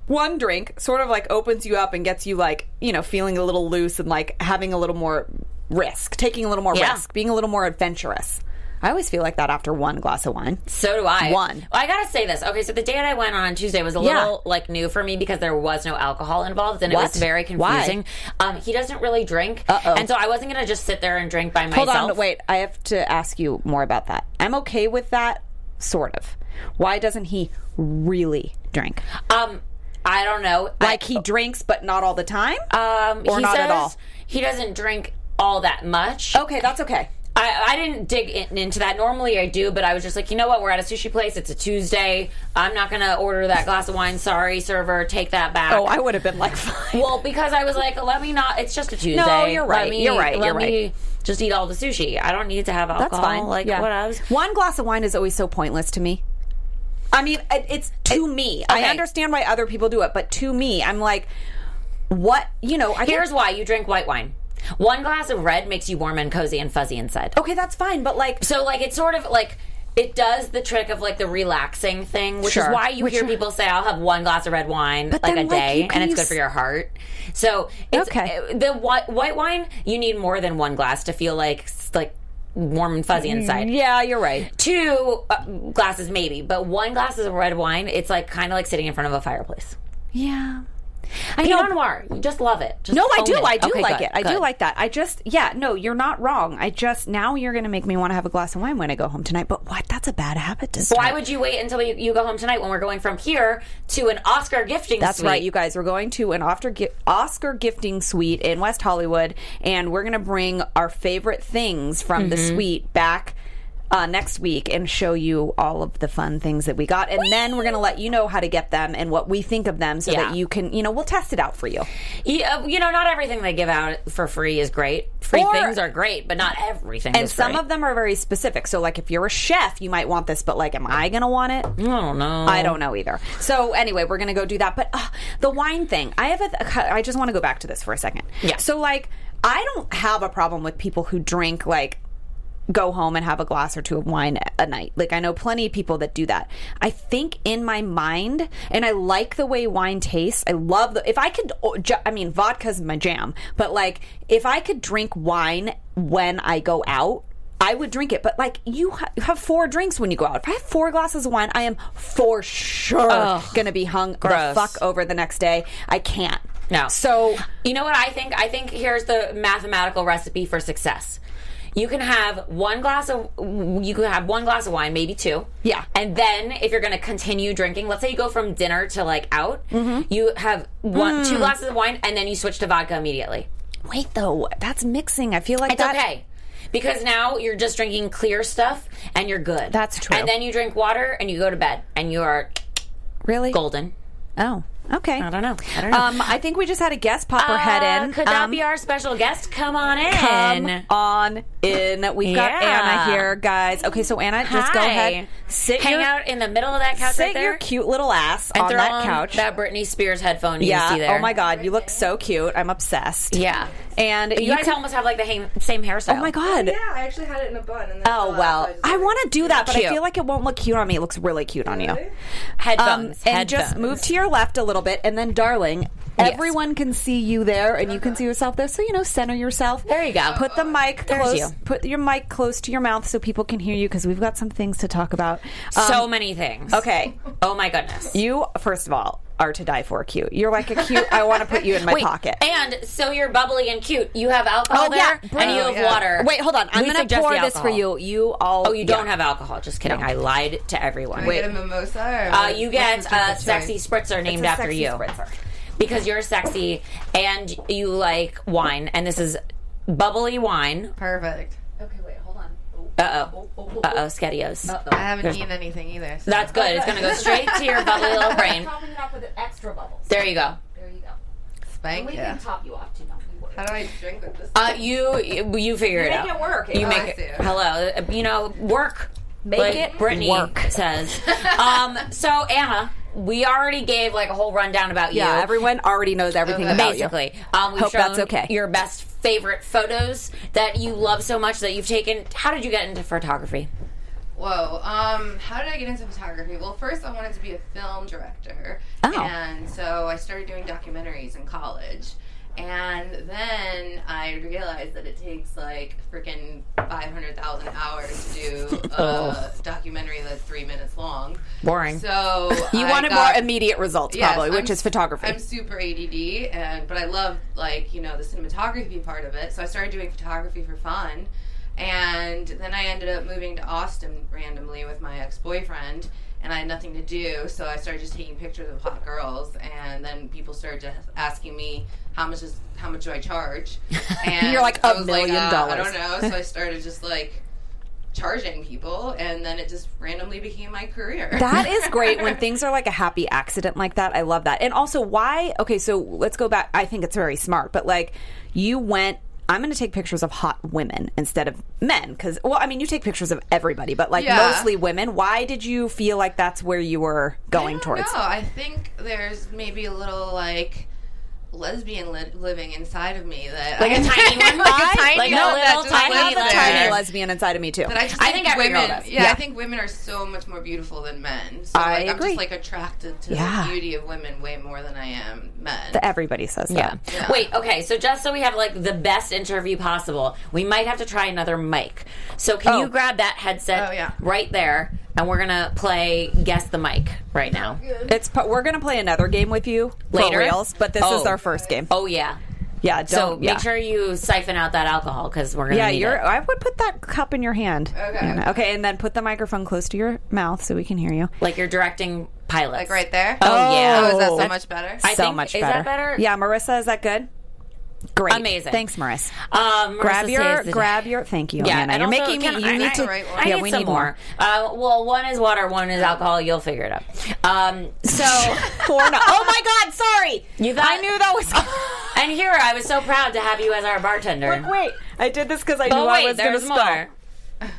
one drink sort of like opens you up and gets you like, you know, feeling a little loose and like having a little more risk, taking a little more
Yeah.
risk, being a little more adventurous. I always feel like that after one glass of wine.
So do I.
One.
I gotta say this. Okay, so the date I went on on Tuesday was a
Yeah.
little like new for me because there was no alcohol involved, and it
What?
was very confusing. Um, he doesn't really drink,
Uh-oh.
and so I wasn't gonna just sit there and drink by
Hold
myself.
on, wait. I have to ask you more about that. I'm okay with that, sort of. Why doesn't he really drink?
Um, I don't know.
Like he drinks, but not all the time.
I, um,
or
he
not at
says
all? Oh.
He doesn't drink all that much.
okay, that's okay.
I, I didn't dig in, into that. Normally I do, but I was just like, you know what? We're at a sushi place. It's a Tuesday. I'm not going to order that glass of wine. Sorry, server. Take that back.
Oh, I would have been like, fine.
Well, because I was like, let me not. It's just a Tuesday.
you're
Let
right,
me-
you're right,
Let
you're
me
right.
just eat all the sushi. I don't need to have alcohol.
That's fine.
Like
Yeah.
what I was.
One glass of wine is always so pointless to me. I mean, it, it's to me. I
okay.
understand why other people do it, but to me, I'm like, what? You know, I
Here's
can,
why you drink white wine. One glass of red makes you warm and cozy and fuzzy inside.
okay, that's fine, but like,
So like it's sort of like. It does the trick of like the relaxing thing, which
Sure.
is why you
Which-
hear people say, "I'll have one glass of red wine
But
like
then,
a
like,
day,
you can
and it's
use-
good for your heart." So it's,
Okay.
uh, the white, white wine you need more than one glass to feel like s- like warm and fuzzy inside.
yeah, you're right.
two uh, glasses maybe but one glass of red wine it's like kind of like sitting in front of a fireplace
Yeah. I
Pinot
know.
Noir you just love it Just
No, I
own
do. I do
Oh, Okay,
like
good,
it. I do
good.
like that. I just, yeah, no, you're not wrong. I just, now you're going to make me want to have a glass of wine when I go home tonight, but what? That's a bad habit to start.
why would you wait until you, you go home tonight when we're going from here to an Oscar gifting
That's
suite?
right, you guys. We're going to an Oscar, gi- Oscar gifting suite in West Hollywood, and we're going to bring our favorite things from the
Mm-hmm.
suite back uh, next week and show you all of the fun things that we got. And then we're going to let you know how to get them and what we think of them so
Yeah.
that you can, you know, we'll test it out for you.
Yeah, you know not everything they give out for free is great free
Or-
things are great but not everything
And some of them are very specific. So, like, if you're a chef, you might want this, but, like, am I going to want it?
I don't know
I don't know either. So anyway, we're gonna go do that. But uh, the wine thing, I have a. Th- I just want to go back to this for a second.
Yeah.
So like, I don't have a problem with people who drink like go home and have a glass or two of wine a night. Like I know plenty of people that do that. I think in my mind and I like the way wine tastes. I love the if I could oh, ju- I mean vodka's my jam, but like if I could drink wine when I go out, I would drink it. But like you, ha- you have four drinks when you go out. If I have four glasses of wine, I am for sure going to be hung the
gross.
fuck over the next day. I can't.
No.
So
You know what I think? I think here's the mathematical recipe for success. You can have one glass of you can have one glass of wine, maybe two.
Yeah.
And then if you're going to continue drinking, let's say you go from dinner to like out,
Mm-hmm.
you have one
Hmm.
two glasses of wine and then you switch to vodka immediately.
wait though, that's mixing. I feel like
It's
that,
okay. Because now you're just drinking clear stuff and you're good.
That's true.
And then you drink water and you go to bed and you are
Really?
golden.
Oh, okay.
I don't know. I don't know.
Um, I think we just had a guest pop her head
Uh,
in.
Could that
Um,
be our special guest? Come on in.
Come on in. We've got
Yeah.
Anna here, guys. Okay, so Anna, just go
Hi.
ahead, sit
hang
your,
out in the middle of that couch
sit
right there.
your cute little ass
and
on
throw
that
on
couch.
That Britney Spears headphone you
yeah.
see there.
Oh my god, you look so cute. I'm obsessed.
Yeah.
And you,
You, guys
can-
almost have like the ha- same hairstyle.
Oh my god.
Yeah, I actually had it in a bun. And then
Oh
fell out, so
well,
just
I
let it-
want to do that, but I
Cute.
feel like it won't look cute on me. It looks really cute on you. Um,
Headphones.
and just
headphones.
move to your left a little bit, and then, darling,
Yes.
everyone can see you there, and you can see yourself there. So you know, center yourself.
There you go.
Put the mic
There's
close.
you.
Put your mic close to your mouth so people can hear you because we've got some things to talk about. Um,
so many things.
okay,
Oh my goodness.
you first of all are to die for cute. You're like a cute. I want to put you in my
Wait,
pocket.
And so you're bubbly and cute. You have alcohol
Oh, yeah.
there, and you
Oh,
have
yeah.
water.
Wait, hold on. I'm
We
going to
suggest
pour
the
this for
alcohol.
you. You all.
Oh, you don't have alcohol. Just kidding. I lied to everyone.
Can I get a mimosa. Or
Uh, you get
what's the
a
difference?
sexy spritzer named
a
after
sexy
you.
spritzer.
Because you're sexy and you like wine, and this is bubbly wine.
Perfect.
Uh oh. Uh oh, Skettios.
I haven't eaten anything either. So.
That's good. It's going to go straight to your bubbly little brain.
topping it off with extra bubbles.
There you go.
There you go.
Spank
We
yeah.
can top you off too. Don't be worried.
How do I drink with this?
Uh, you you figure it out.
it work.
You
Oh,
make
I
it.
see.
Hello, Uh, you know work. Make
it
Brittany
work.
says. um, so Anna, we already gave like a whole rundown about
Yeah,
you.
everyone already knows everything
Okay.
about you.
Basically, um, we've
Hope
shown
that's okay.
Your best favorite photos that you love so much that you've taken. How did you get into photography?
Whoa. Um, how did I get into photography? Well, first I wanted to be a film director,
Oh.
and so I started doing documentaries in college. And then I realized that it takes like freaking 500,000 hours to do a documentary that's three minutes long.
Boring.
So
You
I
wanted
got-
more immediate results,
Yes,
probably, which
I'm-
is photography.
I'm super ADD, and but I love like you know the cinematography part of it. So I started doing photography for fun, and then I ended up moving to Austin randomly with my ex boyfriend, and I had nothing to do, so I started just taking pictures of hot girls, and then people started just asking me how much is how much do I charge? And
You're like,
I
"A
was
million
uh, I
dollars."
don't know. So I started just like charging people, and then it just randomly became my career.
That is great when things are like a happy accident like that. I love that. And also, why? Okay, so let's go back. I think it's very smart, but like you went. I'm going to take pictures of hot women instead of men because, well, I mean, you take pictures of everybody, but like
Yeah.
mostly women. Why did you feel like that's where you were going towards?
No, I think there's maybe a little like lesbian li- living inside of me that
Like
I,
a tiny one, like a tiny,
I know
a
that
little
just
tiny,
I
I
have a
have lesbian.
tiny
tiny
lesbian inside of me too.
But I just
I
think,
think every girl
women,
does.
yeah,
Yeah.
I think women are so much more beautiful than men.
I
So like, I'm
agree.
just like attracted to
Yeah.
the beauty of women way more than I am men.
Everybody says
Yeah.
that.
Wait, okay, so just so we have like the best interview possible, we might have to try another mic. So can
Oh.
you grab that headset
Oh, yeah.
right there and we're going to play guess the mic right now.
It's po- we're going to play another game with you for
Later?
reals, but this is
Oh.
our first game.
Oh yeah.
Yeah, don't,
So
yeah.
make sure you siphon out that alcohol cuz we're going to
Yeah, you're. I would put that cup in your hand.
Okay.
Anna. Okay, and then put the microphone close to your mouth so we can hear you.
like you're directing pilots.
Like right there.
Oh, yeah.
Oh, is that so
That's
much better?
I
so
think-
much
is
better.
that better?
Yeah, Marissa, is that good? Great,
Amazing.
Thanks, Marissa.
Um,
grab
Marissa
your,
saves the
grab
day.
your. Thank you,
Yeah,
Anna.
and
You're
also,
making me.
can
You
I-
need to.
Right, well,
I
yeah,
need
we
some
need
more.
more.
Uh, well, one is water, one is alcohol. You'll figure it out. Um, so,
Four and a- oh my God! Sorry,
You thought-
I knew that was.
and here I was so proud to have you as our bartender.
Wait, I did this because I knew
oh
I
wait,
was going to
there's
spell.
more.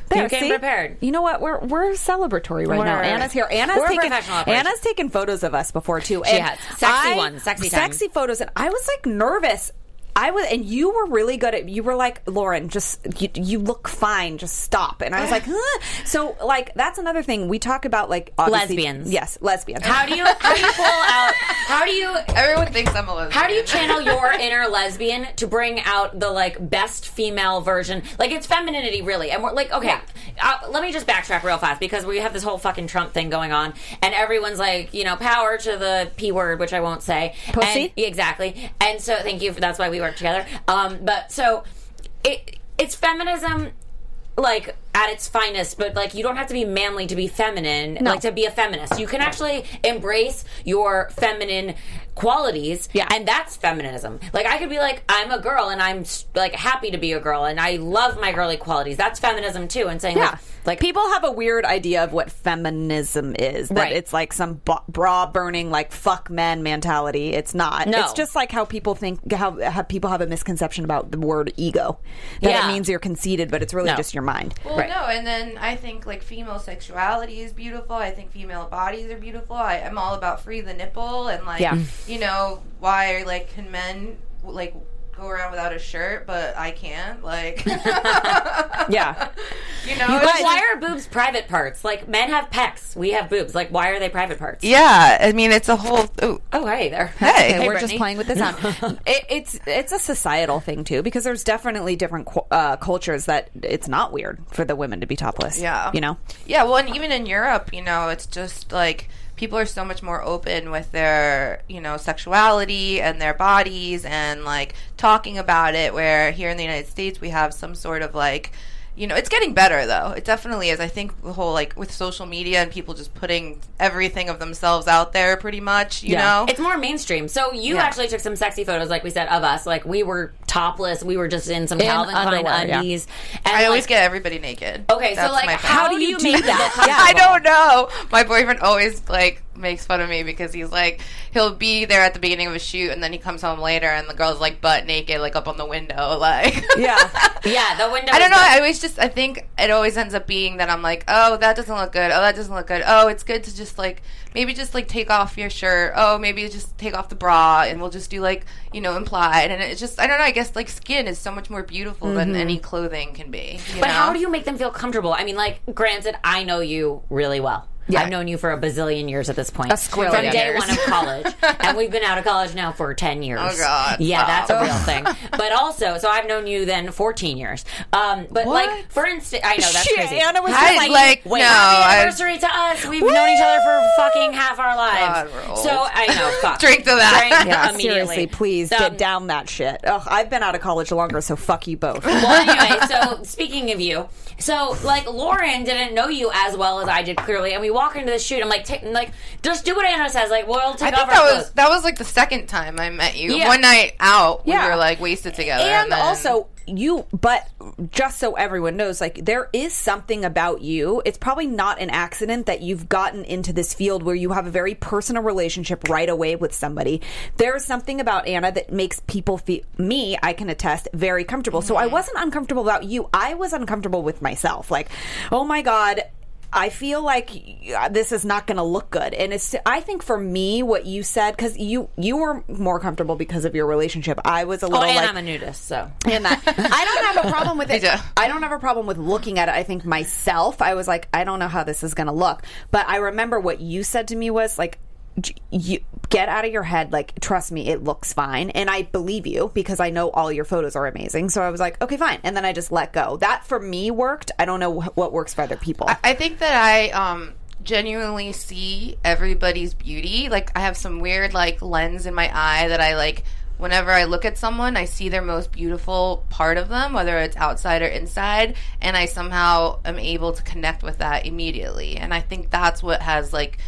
There,
You came
see?
prepared.
You know what? We're we're celebratory right now.
We're-
Anna's here. Anna's
we're a
taking
professional operation.
Anna's taken photos of us before too.
She
and
has. Sexy ones, sexy time.
sexy photos, and I was like nervous. I was, and you were really good at. You were like Lauren, just you, you look fine. Just stop. And I was like, huh. so like that's another thing we talk about, like obviously-
Lesbians.
Yes, lesbians.
How do you how do you pull out? How do you
Everyone thinks I'm a lesbian.
how do you channel your inner lesbian to bring out the like best female version? Like it's femininity, really. And we're like, okay, uh, let me just backtrack real fast because we have this whole fucking Trump thing going on, and everyone's like, you know, power to the p word, which I won't say.
Pussy?
And- yeah, exactly. And so, thank you. For, that's why we work together. Um, but so, it it's feminism. Like at its finest, but like you don't have to be manly to be feminine, like to be a feminist. You can actually embrace your feminine qualities,
Yeah.
and that's feminism. Like I could be like, I'm a girl, and I'm like happy to be a girl, and I love my girly qualities. That's feminism too, and saying
Yeah.
like,
Like people have a weird idea of what feminism is. That
Right.
it's like some bo- bra burning, like fuck men mentality. It's not.
No.
It's just like how people think how, how people have a misconception about the word ego. That
Yeah.
it means you're conceited, but it's really
No.
just your mind.
Well,
Right.
no, and then I think like female sexuality is beautiful. I think female bodies are beautiful. I, I'm all about free the nipple and like
Yeah.
you know why like can men like go around without a shirt, but I can't like you know.
Yeah.
it's
But
just-
why are boobs private parts? Like men have pecs, we have boobs. Like why are they private parts?
yeah, I mean it's a whole. Ooh,
Oh hey there.
hey,
Okay, we're just playing with the sound. it, it's it's a societal thing too, because there's definitely different qu- uh, cultures that it's not weird for the women to be topless.
Yeah.
you know,
Yeah, well, and even in Europe, you know, it's just like people are so much more open with their, you know, sexuality and their bodies and like talking about it. Where here in the United States, we have some sort of like, you know, it's getting better though. It definitely is. I think the whole like with social media and people just putting everything of themselves out there pretty much, you
Yeah.
know?
It's more mainstream. So you
Yeah.
actually took some sexy photos, like we said, of us. Like we were topless. We were just in some Calvin Klein
underwear, yeah.
undies.
I always
like,
get everybody naked.
Okay, so
That's
like,
my
how
problem.
do you make that?
Yeah.
I don't know. My boyfriend always like makes fun of me because he's like he'll be there at the beginning of a shoot and then he comes home later and the girl's like butt naked like up on the window like
yeah.
Yeah, the window.
I don't
is
know.
the-
I always just I think it always ends up being that I'm like, oh, that doesn't look good. Oh, that doesn't look good. Oh, it's good to just like maybe just like take off your shirt. Oh, maybe just take off the bra and we'll just do like you know implied. And it's just I don't know. I guess like skin is so much more beautiful than any clothing can be.
But how do you make them feel comfortable? I mean, like, granted, I know you really well. I've known you for a bazillion years at this point. A
squillion
From day
years.
one of college. and we've been out of college now for 10 years.
Oh, God.
Yeah, that's a
Stop.
real thing. But also, so I've known you then 14 years. Um, but, like, for instance, I know that's
Shit,
crazy.
Anna was
I
just like,
like,
Happy
no. I,
anniversary to us. We've known each other for fucking half our lives.
God, we're old.
so I know. Fuck.
Drink to that.
Drink
Yeah,
immediately.
seriously, please
Um,
get down that shit. Ugh, I've been out of college longer, so fuck you both.
well, anyway, so speaking of you, so like Lauren didn't know you as well as I did clearly, and we walk into the shoot. I'm like, take, I'm like, just do what Anna says. Like, we'll
I
take
think
off our
that
clothes.
was that was like the second time I met you.
Yeah.
One night out,
Yeah.
we were like wasted together,
and
then-
also you but just so everyone knows like there is something about you it's probably not an accident that you've gotten into this field where you have a very personal relationship right away with somebody there's something about anna that makes people feel me i can attest very comfortable so
Mm-hmm.
i wasn't uncomfortable about you i was uncomfortable with myself like oh my god I feel like uh, this is not going to look good, and it's. I think for me, what you said because you you were more comfortable because of your relationship. I was a
oh,
little
and
like
I'm a nudist, so
and that I don't have a problem with it.
do.
I don't have a problem with looking at it. I think myself, I was like, I don't know how this is going to look. But I remember what you said to me was like, "J- you get out of your head. Like, trust me, it looks fine, and I believe you because I know all your photos are amazing. So I was like, okay, fine, and then I just let go. That for me worked. I don't know wh- what works for other people.
I think that I um genuinely see everybody's beauty. Like I have some weird like lens in my eye that I like whenever I look at someone, I see their most beautiful part of them, whether it's outside or inside, and I somehow am able to connect with that immediately. And I think that's what has like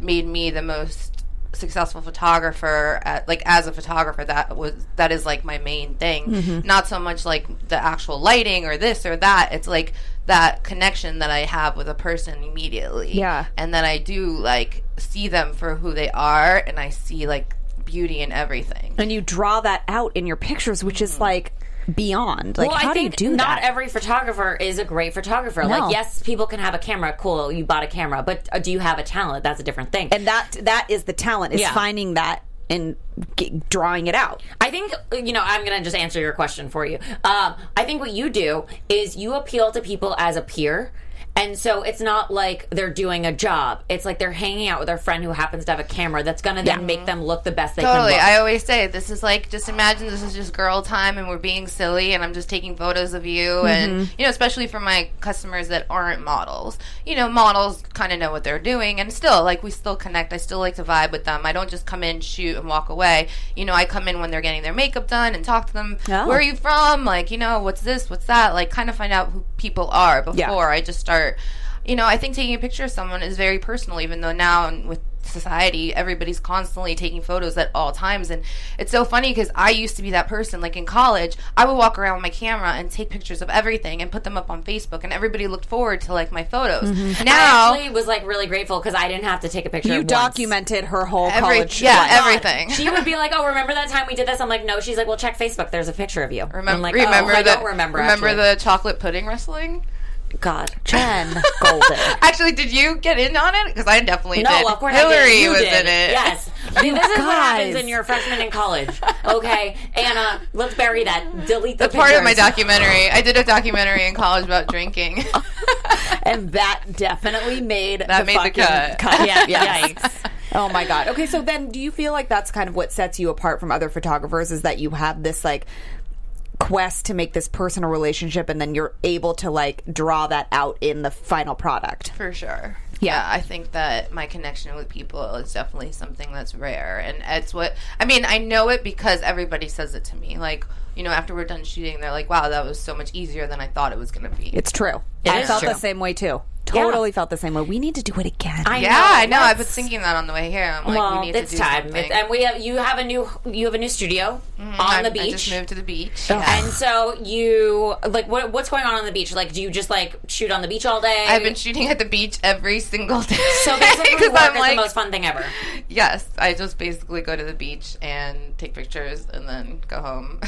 made me the most successful photographer at, like as a photographer that was that is like my main thing not so much like the actual lighting or this or that it's like that connection that i have with a person immediately
Yeah.
and then i do like see them for who they are and i see like beauty in everything
and you draw that out in your pictures, which is like beyond. Like,
well,
how
I think
do you do
not
that?
every photographer is a great photographer.
No.
Like, yes, people can have a camera. Cool, you bought a camera, but uh, do you have a talent? That's a different thing.
and that that is the talent is
Yeah.
finding that and g- drawing it out.
I think you know. I'm gonna just answer your question for you. Um, I think what you do is you appeal to people as a peer. And so it's not like they're doing a job. It's like they're hanging out with their friend who happens to have a camera that's going to then make them look the best they
Totally.
can
I
look.
always say this is like just imagine this is just girl time and we're being silly and I'm just taking photos of you and you know especially for my customers that aren't models. You know, models kind of know what they're doing and still like we still connect. I still like to vibe with them. I don't just come in, shoot and walk away. You know, I come in when they're getting their makeup done and talk to them.
Oh.
Where are you from? Like, you know, what's this? What's that? Like kind of find out who people are before
Yeah.
I just start you know, I think taking a picture of someone is very personal, even though now and with society, everybody's constantly taking photos at all times. And it's so funny because I used to be that person. Like in college, I would walk around with my camera and take pictures of everything and put them up on Facebook, and everybody looked forward to like my photos. Now,
I actually was like really grateful because I didn't have to take a picture.
You
once.
documented her whole
every,
college.
yeah,
life.
everything.
She would be like, "Oh, remember that time we did this?" I'm like, "No." She's like, "Well, check Facebook. There's a picture of you." And
Remember,
I'm like,
remember
oh, I
the,
don't remember.
remember
actually.
the chocolate pudding wrestling?
God, Jen Golden.
Actually, did you get in on it? Because I definitely did.
No, of course
Hillary
I did. You
was
did.
in it.
Yes, See, this is what
guys.
happens in your freshman in college. Okay, Anna, let's bury that. Delete the
That's part of my
pictures.
documentary. I did a documentary in college about drinking.
and that definitely made
That
the
made the
fucking
cut.
Yeah,
Yes.
yikes.
Oh my god. Okay, so then do you feel like that's kind of what sets you apart from other photographers is that you have this like quest to make this personal relationship and then you're able to like draw that out in the final product.
For sure.
Yeah.
I think that my connection with people is definitely something that's rare. And it's what, I mean, I know it because everybody says it to me. Like, you know, after we're done shooting, they're like, wow, that was so much easier than I thought it was going to be.
It's true. I
is
felt
true.
the same way too. Totally felt the same way. We need to do it again.
I
yeah,
know,
I know. I've been
let's-
thinking that on the way here. I'm like,
Well,
we need
it's
to do
time,
something.
It's- and we have you have a new you have a new studio on
I-
the
I just
beach. Oh.
moved to the beach.
And so you like what what's going on on the beach? Like, do you just like shoot on the beach all day?
I've been shooting at the beach every single day.
so basically,
'Cause
work is the most fun thing ever.
yes, I just basically go to the beach and take pictures and then go home.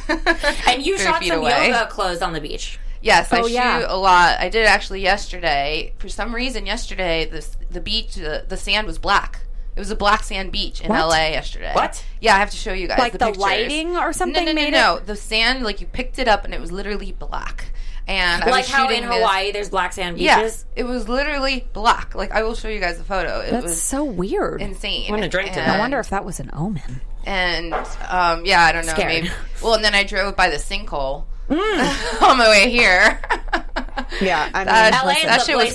And you
Three
shot
feet
some
away.
yoga clothes on the beach.
Yes, I
Oh,
shoot
yeah.
a lot. I did actually yesterday. For some reason, yesterday this the beach the, the sand was black. It was a black sand beach in
What?
LA yesterday.
What?
Yeah, I have to show you guys
like the,
the, pictures.
lighting or
No,
something
no, no,
made
no.
it
The sand, like you picked it up and it was literally black. And I
Like
was
how
shooting
in
this-
Hawaii there's black sand beaches.
Yes, it was literally black. Like I will show you guys the photo. It
That's
was
so weird.
insane.
I'm gonna drink to that.
I
And-
wonder if that was an omen.
and um, yeah, I don't know.
Scared.
Maybe. Well, and then I drove by the sinkhole
Mm.
on my way here.
Yeah, I mean,
That-
LA is
that
the
shit
place
was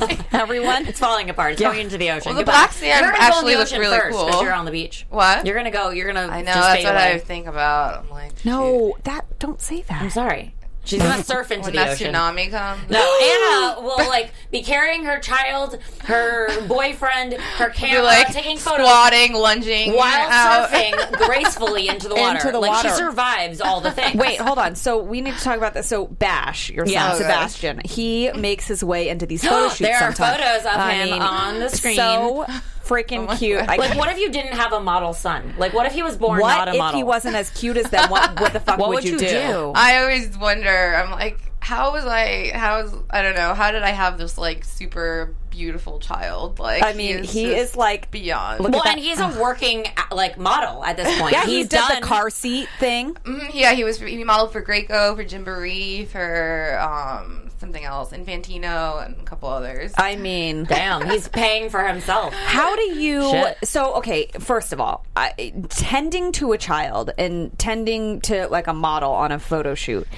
to be, guys.
Everyone?
it's falling apart. It's going into the ocean.
Well, the
Goodbye.
black sand
You're gonna
actually
go in the
looked
ocean
really
first 'cause
cool.
You're on the beach.
What?
You're gonna go. You're gonna.
I know
Just
that's
fade
what
away.
I think about. I'm like,
No, that don't say that.
I'm sorry. She's gonna surf into
When
the
that
ocean.
tsunami comes,
No, Anna will like be carrying her child, her boyfriend, her
you're
camera,
like
taking photos
squatting, lunging
while
out.
surfing gracefully into the water.
Into the
like she
water.
survives all the things.
Wait, hold on. So we need to talk about this. So Bash, your son
Yeah. Oh, gosh.
Sebastian, he makes his way into these photo shoots.
There are
sometimes.
photos of him on the screen.
So freaking cute. I
Like,
can't-
what if you didn't have a model son? Like, what if he was born
what
not a
if
model?
he wasn't as cute as them? What, what the fuck
What
would,
would you do?
I always wonder. I'm like, how was I? How was I don't know. How did I have this like super beautiful child? Like,
I mean,
is
he
just
is like
beyond.
Well,
at that-
and he's a working uh, like model at this point.
yeah,
he's
he did
done
the car seat thing.
Mm, yeah, he was. He modeled for Graco, for Gymboree, for um, something else, Infantino, and a couple others.
I mean,
Damn, he's paying for himself.
How do you?
Shit.
So okay, first of all, I, tending to a child and tending to like a model on a photo shoot.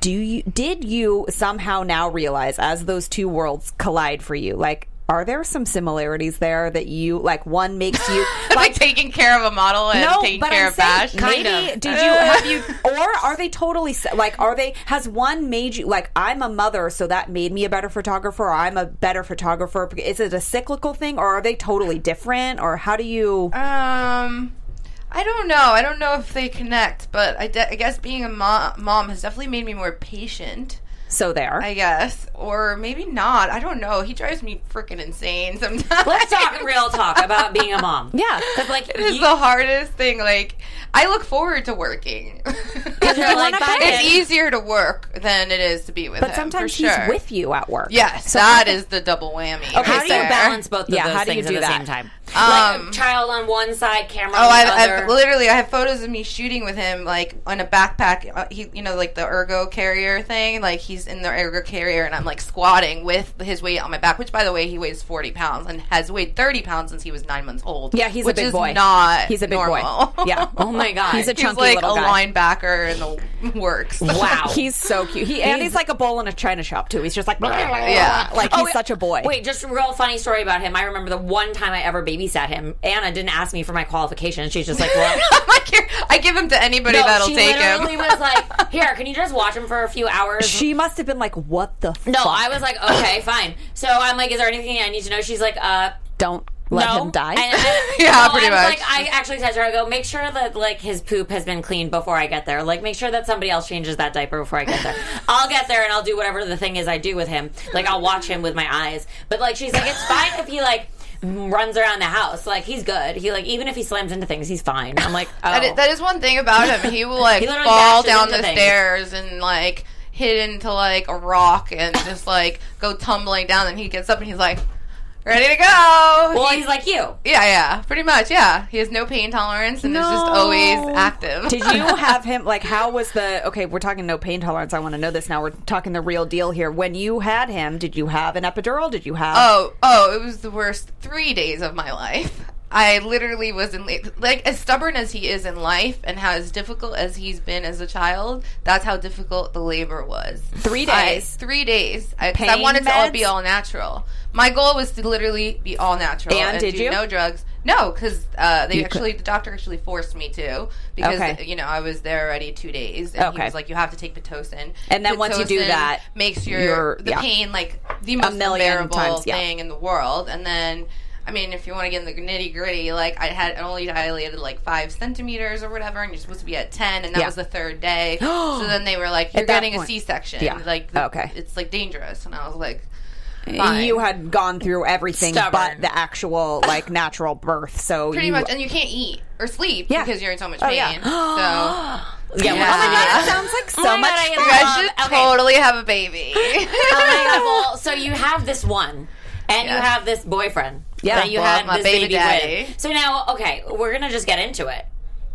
Do you? Did you somehow now realize as those two worlds collide for you, like? Are there some similarities there that you like? One makes you
like
like
taking care of a model and
no,
taking
but
care
I'm
of
saying
Bash.
maybe did you have you or are they totally s- like are they has one made you like I'm a mother so that made me a better photographer or I'm a better photographer? Is it a cyclical thing or are they totally different or how do you?
Um, I don't know. I don't know if they connect, but I, de- I guess being a mo- mom has definitely made me more patient.
So there.
I guess, or maybe not. I don't know. He drives me freaking insane sometimes.
Let's talk real talk about being a mom.
yeah,
Because like
It is
you-
the hardest thing. Like, I look forward to working.
you're like,
wanna
"Bye,
it's
kid."
easier to work than it is to be with
but
him.
sometimes
for
he's
sure.
with you at work.
Yes, that is the double whammy. Okay,
How do you balance both of
Yeah,
those
how do you
things
do
at
that?
the same time?
Um,
like child on one side, camera
Oh,
on the
I've,
other.
I've literally I have photos of me shooting with him like on a backpack. Uh, he, you know, like the ergo carrier thing. Like he's in the ergo carrier, and I'm like squatting with his weight on my back. Which, by the way, he weighs 40 pounds and has weighed 30 pounds since he was nine months old.
Yeah, he's
which
a big
is
boy.
Not
he's a big
normal.
boy. Yeah.
oh my god,
He's a
he's
chunky
like
little
a
guy.
linebacker in the works.
wow.
He's so cute. He and he's like a bowl in a china shop too. He's just like
Yeah.
like
Oh,
he's such a boy.
Wait, just a real funny story about him. I remember the one time I ever babysat him. Anna didn't ask me for my qualifications. She's just like, well,
I'm like, here- I give him to anybody
no,
that'll
she
take
literally
him.
was like, here, can you just watch him for a few hours?
she must have been like, what the?
no,
fuck?
I was like, okay, fine. So I'm like, is there anything I need to know? She's like, uh,
don't let
no.
him die.
And- and-
Yeah,
no,
pretty
I was
much.
Like, I actually said to her, I go, make sure that like his poop has been cleaned before I get there. Like, make sure that somebody else changes that diaper before I get there. I'll get there and I'll do whatever the thing is I do with him. Like, I'll watch him with my eyes. But like, she's like, it's fine if he like runs around the house. Like, he's good. He like even if he slams into things, he's fine. I'm like, oh.
That is, that is one thing about him. He will like
He literally
fall
dashes
down
into
the
things.
stairs and like hit into like a rock and just like go tumbling down. And he gets up and he's like, ready to go.
well,
He-
he's like you.
yeah, yeah, pretty much. Yeah, he has no pain tolerance and is just
No.
always active.
Did you have him like how was the okay, we're talking no pain tolerance. I want to know this now. We're talking the real deal here. When you had him, did you have an epidural? Did you have
Oh, oh, it was the worst three days of my life. I literally was in like as stubborn as he is in life, and how as difficult as he's been as a child. That's how difficult the labor was.
Three
I-
days?
three days. I, 'cause I
Pain
wanted to all
meds?
be all natural. My goal was to literally be all natural
And did
do
you?
no drugs. No, because uh, they
You could-
actually the doctor actually forced me to because
Okay.
you know I was there already two days and
Okay.
he was like you have to take pitocin
And then once you do
Pitocin
that,
makes your
you're-
the
yeah.
pain like the most
million
unbearable
times, yeah.
thing in the world. And then, I mean, if you want to get in the nitty gritty, like I had only dilated like five centimeters or whatever, and you're supposed to be at ten, and that
Yeah.
was the third day. so then they were like, "You're
At that
getting a
point.
C-section.
Yeah.
Like, th-
Okay.
it's like dangerous." And I was like, fine.
you had gone through everything
Stubborn.
but the actual like natural birth. So
pretty
you,
much, and you can't eat or sleep
Yeah.
because you're in so much
Oh,
pain.
yeah.
So, Um,
Yeah.
Oh my god,
Yeah.
that sounds like so
Oh my
much
God, I
fun.
You guys should totally have a baby. Um,
Oh my God, well, so you have this one, and you
Yes.
have this boyfriend
Yeah.
that you
Well,
had
my
this
baby
baby,
daddy.
with. So now, okay, we're gonna just get into it.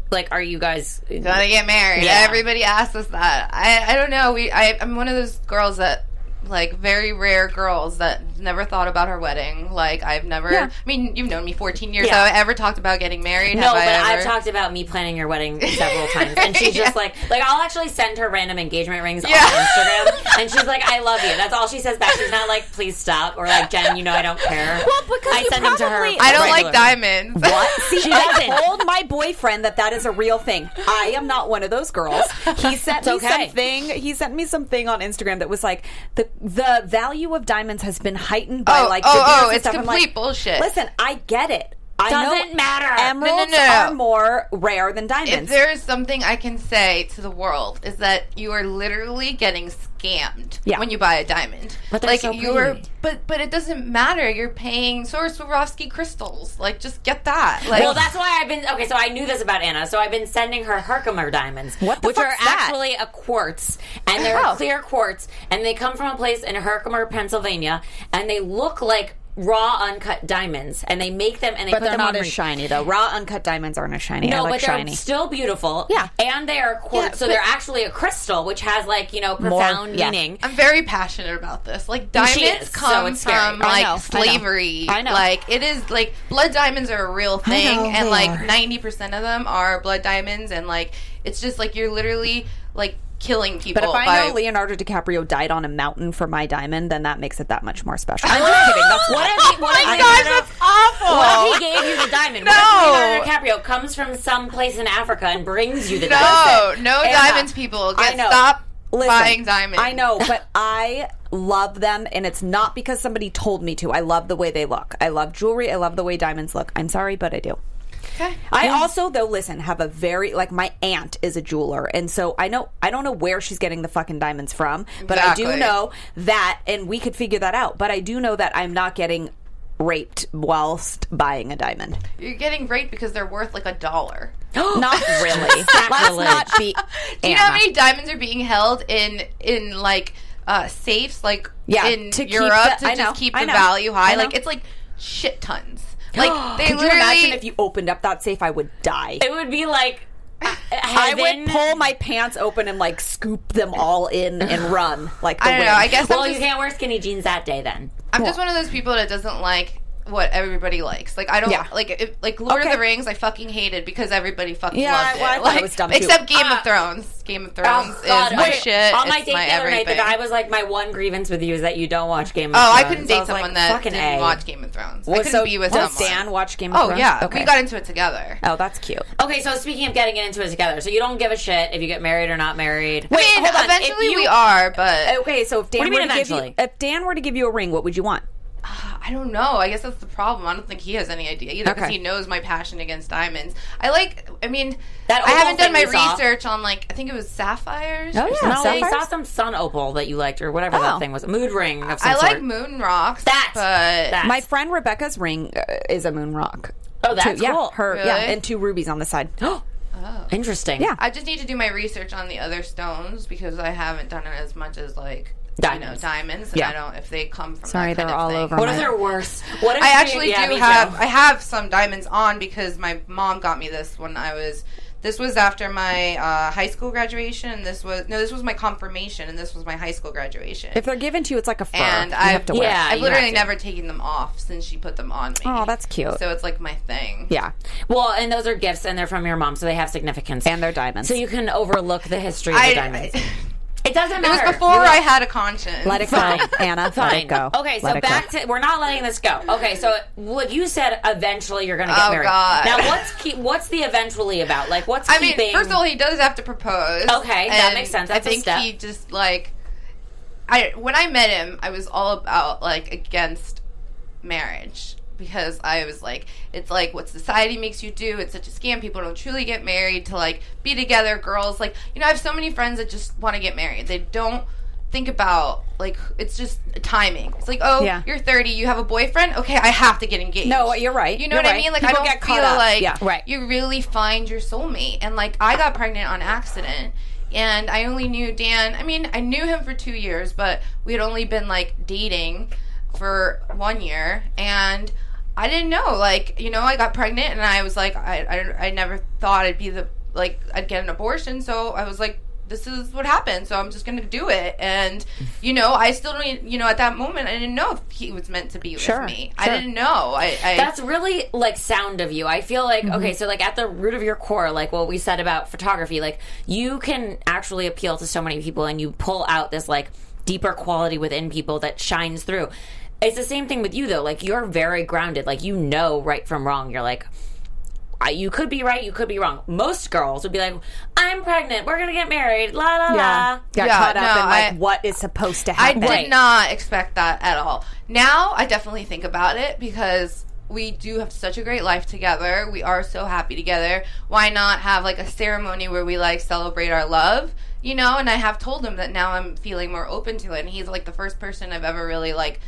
Like, are you guys?
gonna get married.
Yeah.
Everybody asks us that. I, I don't know. We I, I'm one of those girls that Like very rare girls that never thought about her wedding. Like I've never.
Yeah.
I mean, you've known me 14 years.
Yeah.
Have I ever talked about getting married?
No,
Have
but
I
I've
ever-
talked about me planning your wedding several times, and she's just like, like I'll actually send her random engagement rings
Yeah.
on Instagram, and she's like, "I love you." That's all she says back. She's not like, "Please stop," or like, "Jen, you know I don't care."
Well, because
I
he
send them to her.
probably-
I don't
regularly.
like diamonds.
What? See,
She
I
doesn't.
told my boyfriend that that is a real thing. I am not one of those girls. He sent me
okay.
something. He sent me something on Instagram that was like the the value of diamonds has been heightened by
Oh,
like
oh,
De Beers
oh,
and
it's
stuff. I'm like,
complete bullshit.
Listen, I get it. I
Doesn't
know
matter.
Emeralds
No, no, no.
are more rare than
If
diamonds.
there is something I can say to the world is that you are literally getting scammed
Yeah.
when you buy a diamond.
But they're
like
so
you are,
pretty.
but but it doesn't matter. You're paying Soros Swarovski crystals. Like just get that. Like
Well, that's why I've been okay. So I knew this about Anna. So I've been sending her Herkimer diamonds,
What the
which
fuck's
are
that? Oh.
actually a quartz, and they're clear quartz, and they come from a place in Herkimer, Pennsylvania, and they look like raw, uncut diamonds, and they make them, and they
but
put
they're
them
not
on
as
wreath.
shiny though. Raw uncut diamonds aren't as shiny. I
No,
like
but they're
shiny.
still beautiful.
Yeah.
and they are quartz, so
but-
they're actually a crystal, which has like you know profound
yeah.
meaning.
I'm very passionate about this. Like
she
diamonds
is, so
come
it's scary.
from
I
like
know, I know.
slavery.
I know.
Like it is like blood diamonds are a real thing,
know,
and
they
like
are.
ninety percent of them are blood diamonds, and like it's just like you're literally like killing people.
but if
by,
I know Leonardo DiCaprio died on a mountain for my diamond, then that makes it that much more special. I'm just kidding. That's
What if he, what if
my
he-
gosh, that's awful.
what if he gave you the diamond?
No.
What if Leonardo DiCaprio comes from some place in Africa and brings you the diamond?
No, no diamonds, people. Get,
I know.
Stop
Listen,
buying diamonds.
I know, but I love them, and it's not because somebody told me to. I love the way they look. I love jewelry. I love the way diamonds look. I'm sorry, but I do.
Okay.
I also, though, listen, have a very like my aunt is a jeweler, and so I know I don't know where she's getting the fucking diamonds from, but I
Exactly.
do know that, and we could figure that out. But I do know that I'm not getting raped whilst buying a diamond.
You're getting raped because they're worth like a dollar.
not really. Let's not be.
Do you know how many diamonds are being held in in like uh, safes, like
Yeah,
in
to keep
Europe,
the-
to
I know,
just keep
I
the
know,
value high?
I know.
Like it's like shit tons. Like they
Could you
literally.
imagine if you opened up that safe? I would die.
It would be like uh,
I
heaven.
would pull my pants open and like scoop them all in and run like the
I don't know.
wind.
I guess
Well,
I'm
Oh, you
just,
can't wear skinny jeans that day then.
I'm just one of those people that doesn't like what everybody likes. Like I don't
Yeah.
like if, like Lord
Okay.
of the Rings. I fucking hated because everybody fucking
Yeah,
loved it.
well, I thought it
like,
was dumb, too.
except Game of Thrones. Game of Thrones is my
Wait,
shit.
Oh, On my
it's
date
my
the other night,
everything.
the guy was like, "My one grievance with you is that you don't watch Game of
Oh,
Thrones."
I couldn't date
was
someone
like,
that
"Fucking A."
didn't watch Game of Thrones. I
Well,
couldn't
so
be with
does
someone.
Dan watch Game of
oh
Thrones?
yeah,
Okay.
we got into it
Uh,
together.
Oh, that's cute.
Okay, so speaking of getting into it together, so you don't give a shit if you get married or not married.
I mean,
hold on. If
eventually
you- Oh.
we are, but
Okay, so if Dan
What do you
were
mean
to give you,
eventually?
if Dan were to give you a ring, what would you want?
I don't know. I guess that's the problem. I don't think he has any idea either because
Okay.
he knows my passion against diamonds. I like. I mean,
That
I haven't
opal
done my
thing we saw.
research on like I think it was sapphires.
Oh,
or
yeah.
something.
No, we
Sapphires?
saw some sun opal that you liked or whatever
Oh.
that thing was. A mood ring of some
I like
sort.
moon rocks.
That's-
but
that.
My friend Rebecca's ring uh, is a moon rock.
Oh, that's
Two- yeah,
cool.
Her yeah,
Really?
and two rubies on the side.
Oh. Interesting.
Yeah.
I just need to do my research on the other stones because I haven't done it as much as like you know
Diamonds.
diamonds. And
Yeah.
I don't if they come from.
Sorry,
that kind
they're
of
all
thing.
over
What
my-
if they're worse? What if
I
you-
actually
yeah,
do
me
have
too.
I have some diamonds on because my mom got me this when I was this was after my uh, high school graduation and this was no this was my confirmation and this was my high school graduation.
If they're given to you, it's like a fur.
and
you
I've,
have to wear. it.
yeah.
I've
you
literally
have to.
never taken them off since she put them on me.
Oh, that's cute.
So it's like my thing.
Yeah,
Well, and those are gifts, and they're from your mom, so they have significance.
and they're diamonds.
so you can overlook the history of
I,
the diamonds.
I-
it doesn't
it was
matter.
before I had a conscience.
let it go, Anna. Let it go.
Okay, so
Let it go.
back to we're not letting this go. Okay, so what you said eventually you're going to get
Oh,
married.
God.
Now what's keep, what's the eventually about? Like what's
I mean,
keeping?
first of all, he does have to propose.
Okay, that
and
makes sense. That's a
I think
step.
he just like I when I met him, I was all about like against marriage because I was like, it's like what society makes you do. It's such a scam. People don't truly get married to like be together. Girls, like you know, I have so many friends that just want to get married. They don't think about like it's just timing. It's like, oh,
Yeah.
you're 30, you have a boyfriend. Okay, I have to get engaged.
No, you're right.
You know
You're
what I
right.
mean? Like
People
I don't
get caught
feel
up.
like
Yeah.
Right.
you really find your soulmate. And like I got pregnant on accident and I only knew Dan. I mean, I knew him for 2 years, but we had only been like dating for 1 year and I didn't know. Like, you know, I got pregnant and I was like I I, I never thought I'd be the like I'd get an abortion, so I was like this is what happened, so I'm just gonna do it. And you know, I still don't. e- You know, at that moment, I didn't know if he was meant to be with
Sure,
me. I
sure.
didn't know. I, I
That's really like sound of you. I feel like okay, so like at the root of your core, like what we said about photography, like you can actually appeal to so many people and you pull out this like deeper quality within people that shines through. It's the same thing with you though. Like you're very grounded. Like you know right from wrong. You're like I, you could be right, you could be wrong. Most girls would be like, "I'm pregnant. We're going to get married." La la la.
yeah, got
Yeah,
caught up
no,
in like
I-
what is supposed to
I
happen.
did
Right.
not expect that at all. Now I definitely think about it because we do have such a great life together. We are so happy together. Why not have like a ceremony where we like celebrate our love? You know, and I have told him that now I'm feeling more open to it and he's like the first person I've ever really like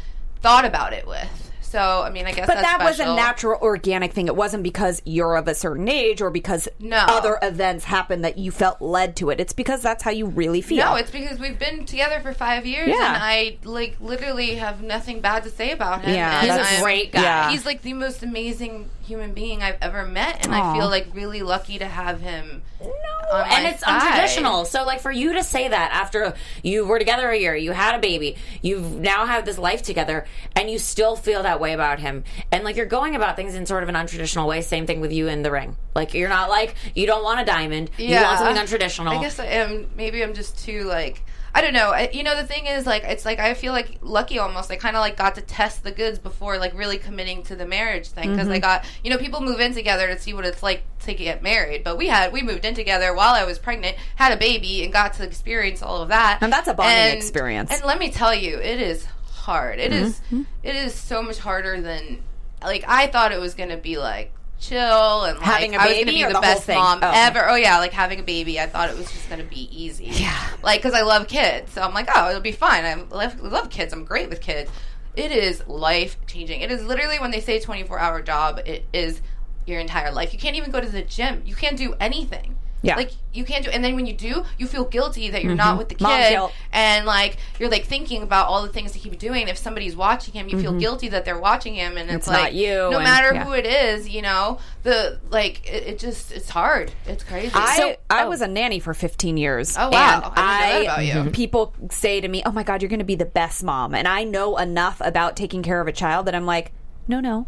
thought about it with. So, I mean, I guess
But
that's
that was a
special.
natural, organic thing. It wasn't because you're of a certain age or because
No.
other events happened that you felt led to it. It's because that's how you really feel.
No, it's because we've been together for five years,
Yeah.
and I like literally have nothing bad to say about him.
Yeah,
and
He's
That's-
a
I'm-
great guy.
Yeah.
He's like the most amazing human being I've ever met, and I
Aw.
feel like really lucky to have him.
Oh,
on
and
my
it's
side.
untraditional. So, like, for you to say that after you were together a year, you had a baby, you've now have this life together, and you still feel that way about him, and like you're going about things in sort of an untraditional way. Same thing with you in the ring. Like, you're not like you don't want a diamond. You want something untraditional.
I guess I am. Maybe I'm just too like. I don't know. I, you know, the thing is, like, it's like I feel like lucky almost. I kind of like got to test the goods before, like, really committing to the marriage thing because
Mm-hmm.
I got, you know, people move in together to see what it's like to get married. But we had we moved in together while I was pregnant, had a baby, and got to experience all of that.
And that's a bonding experience. Mm-hmm.
And let me tell you, it is hard. It is. It is so much harder than, like, I thought it was going to be like chill and
Having
like,
a
I was gonna
baby
be
or
the,
the whole
best
thing?
mom
Oh.
ever. Oh yeah, like having a baby. I thought it was just gonna be easy. Yeah, like because I love kids, so I'm like, oh, it'll be fine. I love, love kids. I'm great with kids. It is life changing. It is literally when they say 24 hour job, it is your entire life. You can't even go to the gym. You can't do anything.
Yeah. Mm-hmm.
like you can't do. And then when you do, you feel guilty that you're not with the
Mom
kid,
guilt.
and like you're like thinking about all the things that he's doing. If somebody's watching him, you feel guilty that they're watching him, and it's,
Mm-hmm. It's
like
not you,
No
and-
matter
yeah.
who it is, you know the like. It, it just it's hard. It's crazy.
I,
So-
I
oh.
was a nanny for 15 years.
Oh, wow.
And
I
I, Mhm.
didn't know that about you.
people say to me, "Oh my god, you're going to be the best mom." And I know enough about taking care of a child that I'm like, "No, no."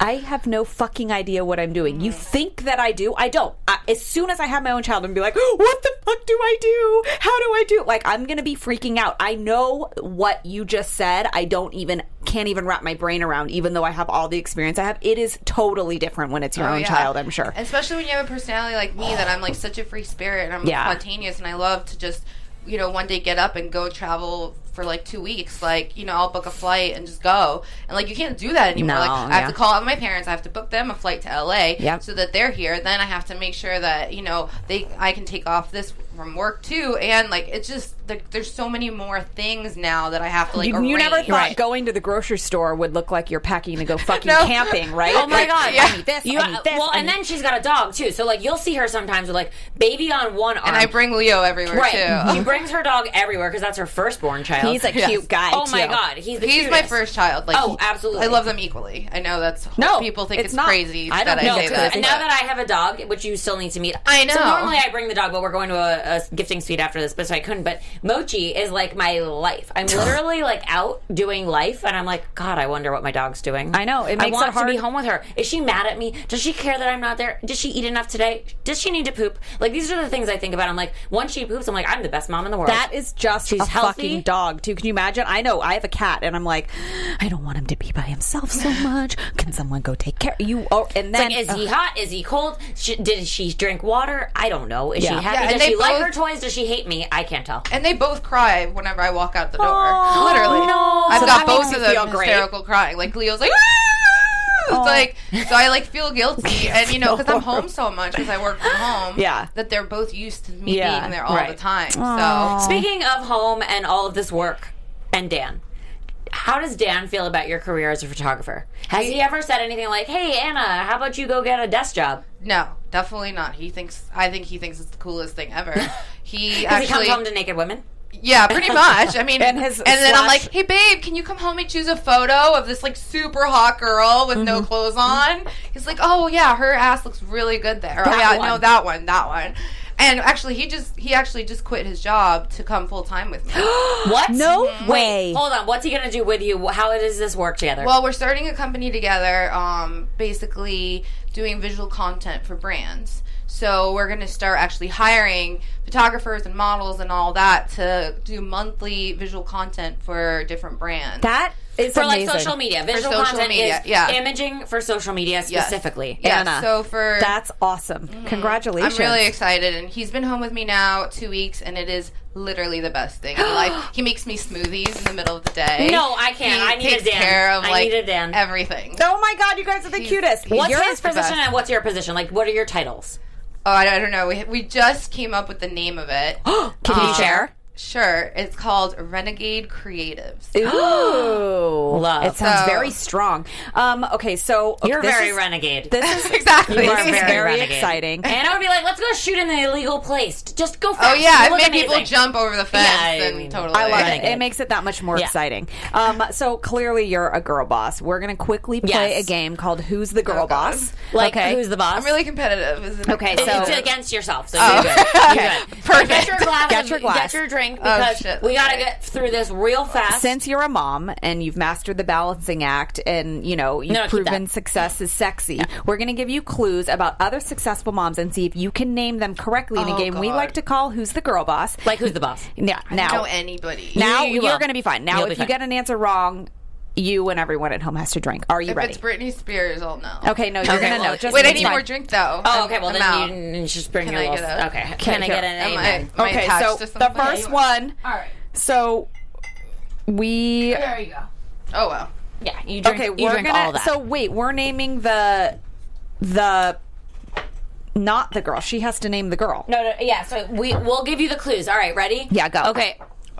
I have no fucking idea what I'm doing. You
Mm-hmm.
think that I do? I don't. I, as soon as I have my own child, I'm gonna be like, "Oh, "What the fuck do I do? How do I do?" Like I'm gonna be freaking out. I know what you just said. I don't even can't even wrap my brain around. Even though I have all the experience I have, it is totally different when it's your
Oh,
own
yeah.
child. I'm sure.
Especially when you have a personality like me, that I'm like such a free spirit and I'm
Yeah.
spontaneous, and I love to just, you know, one day get up and go travel for like two weeks. Like, you know, I'll book a flight and just go. And like, you can't do that anymore.
No,
like, I
yeah.
have to call out my parents. I have to book them a flight to LA
Yep.
so that they're here. Then I have to make sure that you know they I can take off this from work too. And like, it's just like there's so many more things now that I have to like.
You, you never
arrange.
thought going to the grocery store would look like you're packing to go fucking
No.
camping, right?
Oh my
Like,
god!
I need this.
You-
I need this.
well,
I
and
need-
then she's got a dog too. So like you'll see her sometimes with like baby on one arm.
And I bring Leo everywhere
right.
too.
She brings her dog everywhere because that's her firstborn child.
he's a cute
Yes.
guy.
oh my
too.
god, he's the
He's my
cutest.
first child. Like,
Oh,
he-
absolutely.
I love them equally. I know that's
No,
people think
it's
it's,
not.
crazy
I
that
don't know,
I say
too.
that.
And now that I have a dog, which you still need to meet,
I
So
know.
normally I bring the dog, but we're going to a, a gifting suite after this, but so I couldn't. But Mochi is like my life. I'm literally like out doing life, and I'm like, God, I wonder what my dog's doing.
I know. It
I
makes
want
it hard.
to be home with her. Is she mad at me? Does she care that I'm not there? Did she eat enough today? Does she need to poop? Like these are the things I think about. I'm like, once she poops, I'm like, I'm the best mom in the world.
That is just
She's
a
healthy.
fucking dog, too. Can you imagine? I know I have a cat, and I'm like, I don't want him to be by himself so much. Can someone go take care? You oh, and then
Like, is he hot? Is he cold? She, did she drink water? I don't know. Is
Yeah.
she happy?
Yeah, and
Does she
they
like
both-
her toys? Does she hate me? I can't tell.
and they both cry whenever I walk out the door. Literally,
no.
I've
So
got
that
both
makes
of
you feel
them
great.
hysterical crying. Like Leo's like. "Ah!" It's like so I like feel guilty and you know because I'm home so much because I work from home
Yeah.
that they're both used to me
Yeah,
being there all the
right.
time so
Speaking of home and all of this work and Dan, how does Dan feel about your career as a photographer? Has he ever said anything like, hey, Anna, how about you go get a desk job?
no definitely not he thinks I think he thinks it's the coolest thing ever he
Because he
actually
comes home to naked women.
Yeah, pretty much. I mean,
And
and,
his
then I'm
slash-
like, hey, babe, can you come home and choose a photo of this like super hot girl with
Mm-hmm.
no clothes on? He's like, oh yeah, her ass looks really good there. oh
That
yeah,
one.
no, that one, that one. And actually, he just he actually just quit his job to come full time with me.
What?
No way.
Wait, hold on. What's he gonna do with you? How does this work together?
Well, we're starting a company together, um, basically doing visual content for brands. So we're going to start actually hiring photographers and models and all that to do monthly visual content for different brands.
That is
for
amazing.
like social media, visual
social
content
media,
is
yeah.
imaging for social media
Yes.
specifically.
Yeah.
Anna.
So for
That's awesome.
Mm.
Congratulations.
I'm really excited, and he's been home with me now two weeks, and it is literally the best thing in life. He makes me smoothies in the middle of the day.
No, I can't.
He
I need a
takes
Dan.
care of
I
like
need a Dan.
everything.
Oh my god, you guys are the
He's-
cutest.
he's-
What's
You're-
his position
best.
and what's your position? Like, what are your titles?
Oh, I don't, I don't know. We we just came up with the name of it.
Can
Oh.
you share?
Sure, it's called Renegade Creatives.
Ooh,
Love.
It sounds
So-
very strong. Um, okay, so okay,
You're
this
very
is,
renegade.
This is
exactly.
you are very,
renegade.
exciting.
and I would be like, let's go shoot in an illegal place. Just go
Oh
fast.
yeah, it
It'll
made
look
people
amazing.
jump over the fence.
Yeah, I
and
mean,
totally.
I love it.
Renegade.
It makes it that much more
Yeah.
exciting. Um, so clearly, you're a girl boss. We're gonna quickly play
Yes.
a game called "Who's the Girl
Oh, God.
Boss?"
Like,
okay,
who's the boss?
I'm really competitive. Isn't
Okay,
It?
so-
It's against yourself. So you're good.
okay.
You're good.
Perfect.
Get your glass.
Get
of-
your glass.
Get your drink because
shit.
we gotta
Okay.
get through this real fast.
since you're a mom and you've mastered the balancing act and you know you've
No, keep
proven
that.
success is sexy we're going to give you clues about other successful moms and see if you can name them correctly in a
Oh,
game we
God.
like to call who's the girl boss
like, who's the boss?
yeah now
know anybody.
now
You- you
you, are
will.
going to be fine now
You'll
if
be
you
fine.
get an answer wrong you and everyone at home has to drink are you
if
ready
it's Britney Spears, I'll know.
okay no you're
Okay,
going to
well,
know just
Wait, I
it's
need
fine.
more drink though.
Oh, okay. Well,
I'm
then
out.
you, you should bring
Can
your
I
little.
get a-
Okay. Can I
here.
get an
Am I-
amen?
am I
okay
attached
so
to
the
somebody?
first one
All right.
so we
There you go.
Oh wow.
Yeah, you drink.
Okay,
you
we're
drink
gonna.
all that.
So wait, we're naming the the not the girl. She has to name the girl.
No, no, yeah. So we we'll give you the clues. All right, ready?
Yeah, go.
Okay.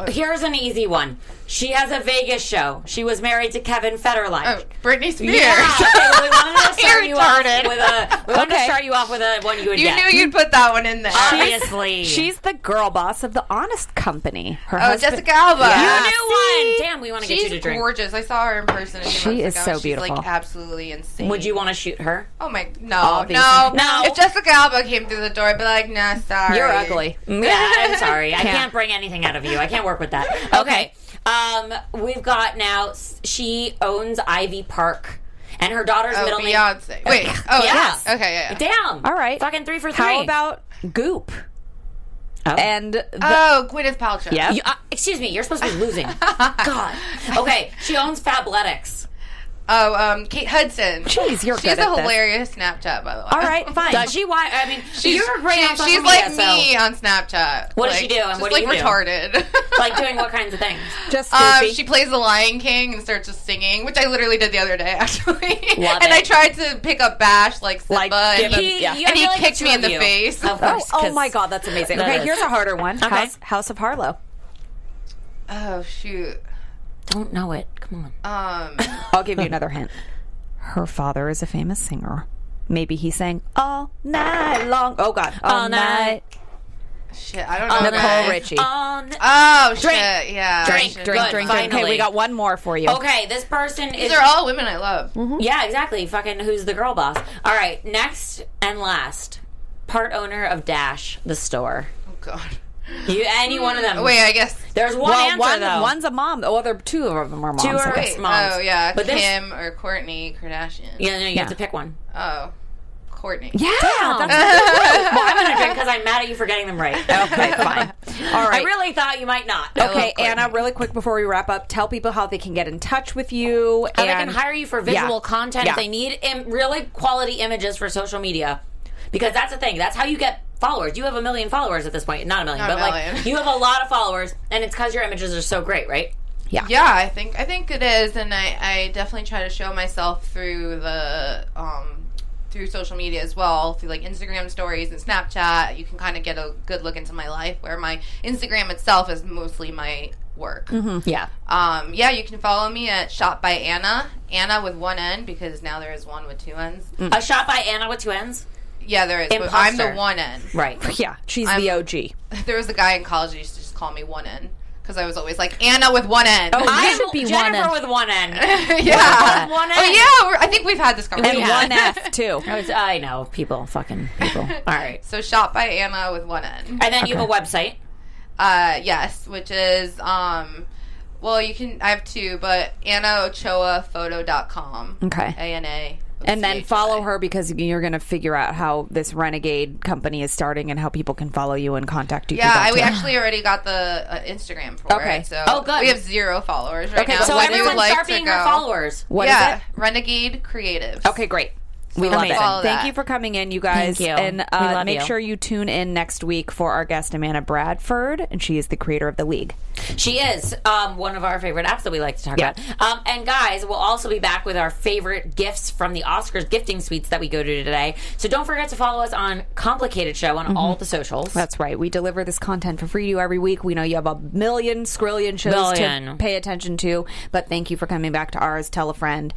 Here's an easy one. She has a Vegas show. She was married to Kevin Federline.
Oh, Britney Spears.
Yeah. Okay, well, we wanted to start you off
Retarded.
with a. We wanted
Okay.
to start you off with a one you would
you
get.
knew you'd put that one in there.
Obviously,
She's the girl boss of the Honest Company. Her
oh,
husband-
Jessica Alba.
You
Yeah.
knew one. Damn, we want to get you to
She's
drink.
gorgeous. I saw her in person. a few
She
months
is
ago.
so
She's,
beautiful.
Like absolutely insane.
Would you want to shoot her?
Oh my no,
Obviously.
no,
No.
If Jessica Alba came through the door, I'd be like, nah, sorry.
You're ugly.
Yeah, I'm sorry. I
Can't.
can't bring anything out of you. I can't work with that. Okay. Um, we've got now. s- She owns Ivy Park, and her daughter's
Oh,
middle name.
Beyonce. Wait. Oh,
Yeah.
yes. Okay. Yeah. yeah.
Damn.
All right.
Fucking three for three.
How about Goop?
Oh.
And the,
Oh, Gwyneth Paltrow.
Yep.
You- uh, excuse me, you're supposed to be losing. God. Okay, she owns Fabletics.
Oh, um, Kate Hudson.
Jeez, you're
She's
good
a
at this.
hilarious Snapchat, by the way.
all right, fine.
Does she? Why? I mean,
She's,
you're great
she-
on social
she's
media,
like
so-
me on Snapchat.
What does
like,
she do and
just
what do
like
you do?
retarded.
Like doing what kinds of things?
Just
Um,
goofy.
she plays the Lion King and starts just singing, which I literally did the other day, actually.
Love
and I
it.
tried to pick up Bash like Simba,
Like,
and,
give
he,
him- yeah.
I
and
feel
he
like the
kicked
two
me in
of
the
you.
face.
Of
oh,
course.
oh
'cause-
my God, that's amazing.
That
Okay,
is-
here's a harder one.
Okay.
House, House of Harlow.
Oh shoot.
Don't know it. Come on.
Um,
I'll give you another hint. Her father is a famous singer. Maybe he sang all night long. Oh God, all,
All
night.
night.
shit. I don't know.
Nicole
guys.
Richie.
On.
Oh
Oh, Drink.
shit. Yeah.
Drink,
shit.
drink, drink.
Fine. Okay,
Finally.
we got one more for you.
okay, this person is.
These are all women I love.
yeah, exactly. Fucking who's the girl boss? All right, next and last. Part owner of Dash, the store.
Oh god.
You, any one of them.
Hmm, Wait, I guess.
There's one
Well,
answer
one,
though.
one's a mom. Oh, there two of them are moms.
Two are-
I guess.
Wait,
moms.
Oh yeah,
But
but
this-
Kim or Courtney Kardashian.
yeah, no, you
Yeah.
have to pick one.
Oh, Courtney.
Yeah.
Oh.
Well, I'm gonna drink because I'm mad at you for getting them right.
that's- okay, fine. All right.
I really thought you might not.
okay, Anna. Really quick before we wrap up, tell people how they can get in touch with you.
How
and
they can hire you for visual content
Yeah.
if they need Im- really quality images for social media. Because that's the thing. That's how you get followers. You have a million followers at this point. Not a million,
Not a
but
million.
like you have a lot of followers, and it's because your images are so great, right?
Yeah, I think I think it is, and I, I definitely try to show myself through the um through social media as well, through like Instagram stories and Snapchat. You can kind of get a good look into my life, where my Instagram itself is mostly my work.
Mm-hmm.
Yeah.
Um, yeah, you can follow me at Shot by Anna, Anna with one N because now there is one with two N's.
Mm.
A shot by Anna with two N's.
Yeah, there is. But I'm the
Imposter.
one N.
Right.
Yeah, she's the OG.
There was a guy in college that used to just call me one N. because I was always like Anna with one N. Oh,
I
You-
should be
Jennifer
one N.
with one N.
yeah,
One N.
Oh yeah, we're, I think we've had this
and
conversation.
one F too.
I was- I know people, fucking people. All right,
So shop by Anna with one N.
and then you have a website.
Uh, yes, which is um, well you can I have two, but AnnaOchoaPhoto.com.
Okay.
A N A.
And then follow her because you're going to figure out how this renegade company is starting and how people can follow you and contact you. through
Yeah,
that
I, we
too.
actually already got the uh, Instagram for
Okay.
it. So
Oh, good.
We have zero followers right
Okay,
now.
So
Would you
everyone,
like
start
to
being
go-
her followers.
What is
yeah,
it?
Renegade Creatives.
Okay, great. We love
Amazing. Follow
it. Thank
that.
you for coming in, you guys.
Thank you.
And
We
uh,
love
make
you.
sure you tune in next week for our guest, Amanda Bradford, and she is the creator of The League.
She is um, one of our favorite apps that we like to talk
Yeah.
about. Um, and guys, we'll also be back with our favorite gifts from the Oscars gifting suites that we go to today. So don't forget to follow us on Complicated Show on all the socials.
Mm-hmm. That's right. We deliver this content for free to you every week. We know you have a million, scrillion shows to
Billion.
pay attention to, but thank you for coming back to ours. Tell a friend.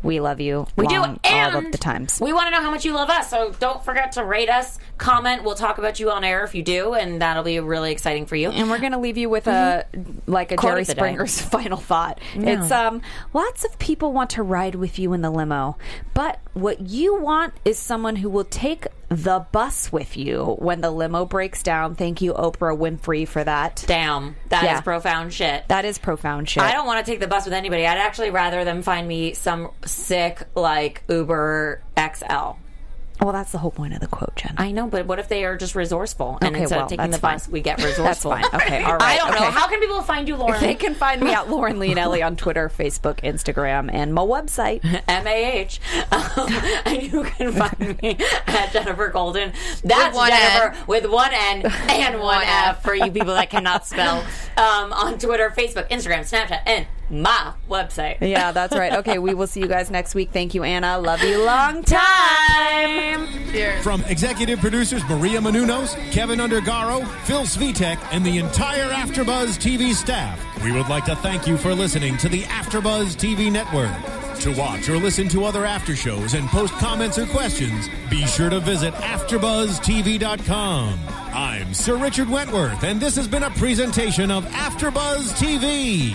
We love you.
we do,
long,
and
all of the times.
we want to know how much you love us. So don't forget to rate us, comment. We'll talk about you on air if you do, and that'll be really exciting for you.
and we're going to leave you with a like a
Quote
Jerry
of the day.
Springer's final thought. It's um lots of people want to ride with you in the limo, but what you want is someone who will take the bus with you when the limo breaks down. Thank you Oprah Winfrey for that.
Damn, that is
Yeah.
profound shit.
That is profound shit.
I don't want to take the bus with anybody. I'd actually rather them find me some sick like Uber XL.
well, that's the whole point of the quote, Jen.
I know, but what if they are just resourceful? And
Okay,
instead
well,
of taking the
that's fine.
bus, we get resourceful.
That's fine. Okay. All right.
I don't know.
Okay.
How can people find you, Lauren?
they can find me at Lauren Leonelli on Twitter, Facebook, Instagram, and my website.
M A H. Um, and you can find me at Jennifer Golden. That's
one
Jennifer
N.
with one N and one
One
F for you people that cannot spell. Um, on Twitter, Facebook, Instagram, Snapchat, and my website.
Yeah, that's right. Okay, we will see you guys next week. Thank you, Anna. Love you long time.
Time.
Cheers.
From executive producers Maria Manunos, Kevin Undergaro, Phil Svitek, and the entire AfterBuzz TV staff, we would like to thank you for listening to the AfterBuzz TV network. To watch or listen to other after shows and post comments or questions, be sure to visit AfterBuzzTV.com. I'm Sir Richard Wentworth, and this has been a presentation of AfterBuzz TV.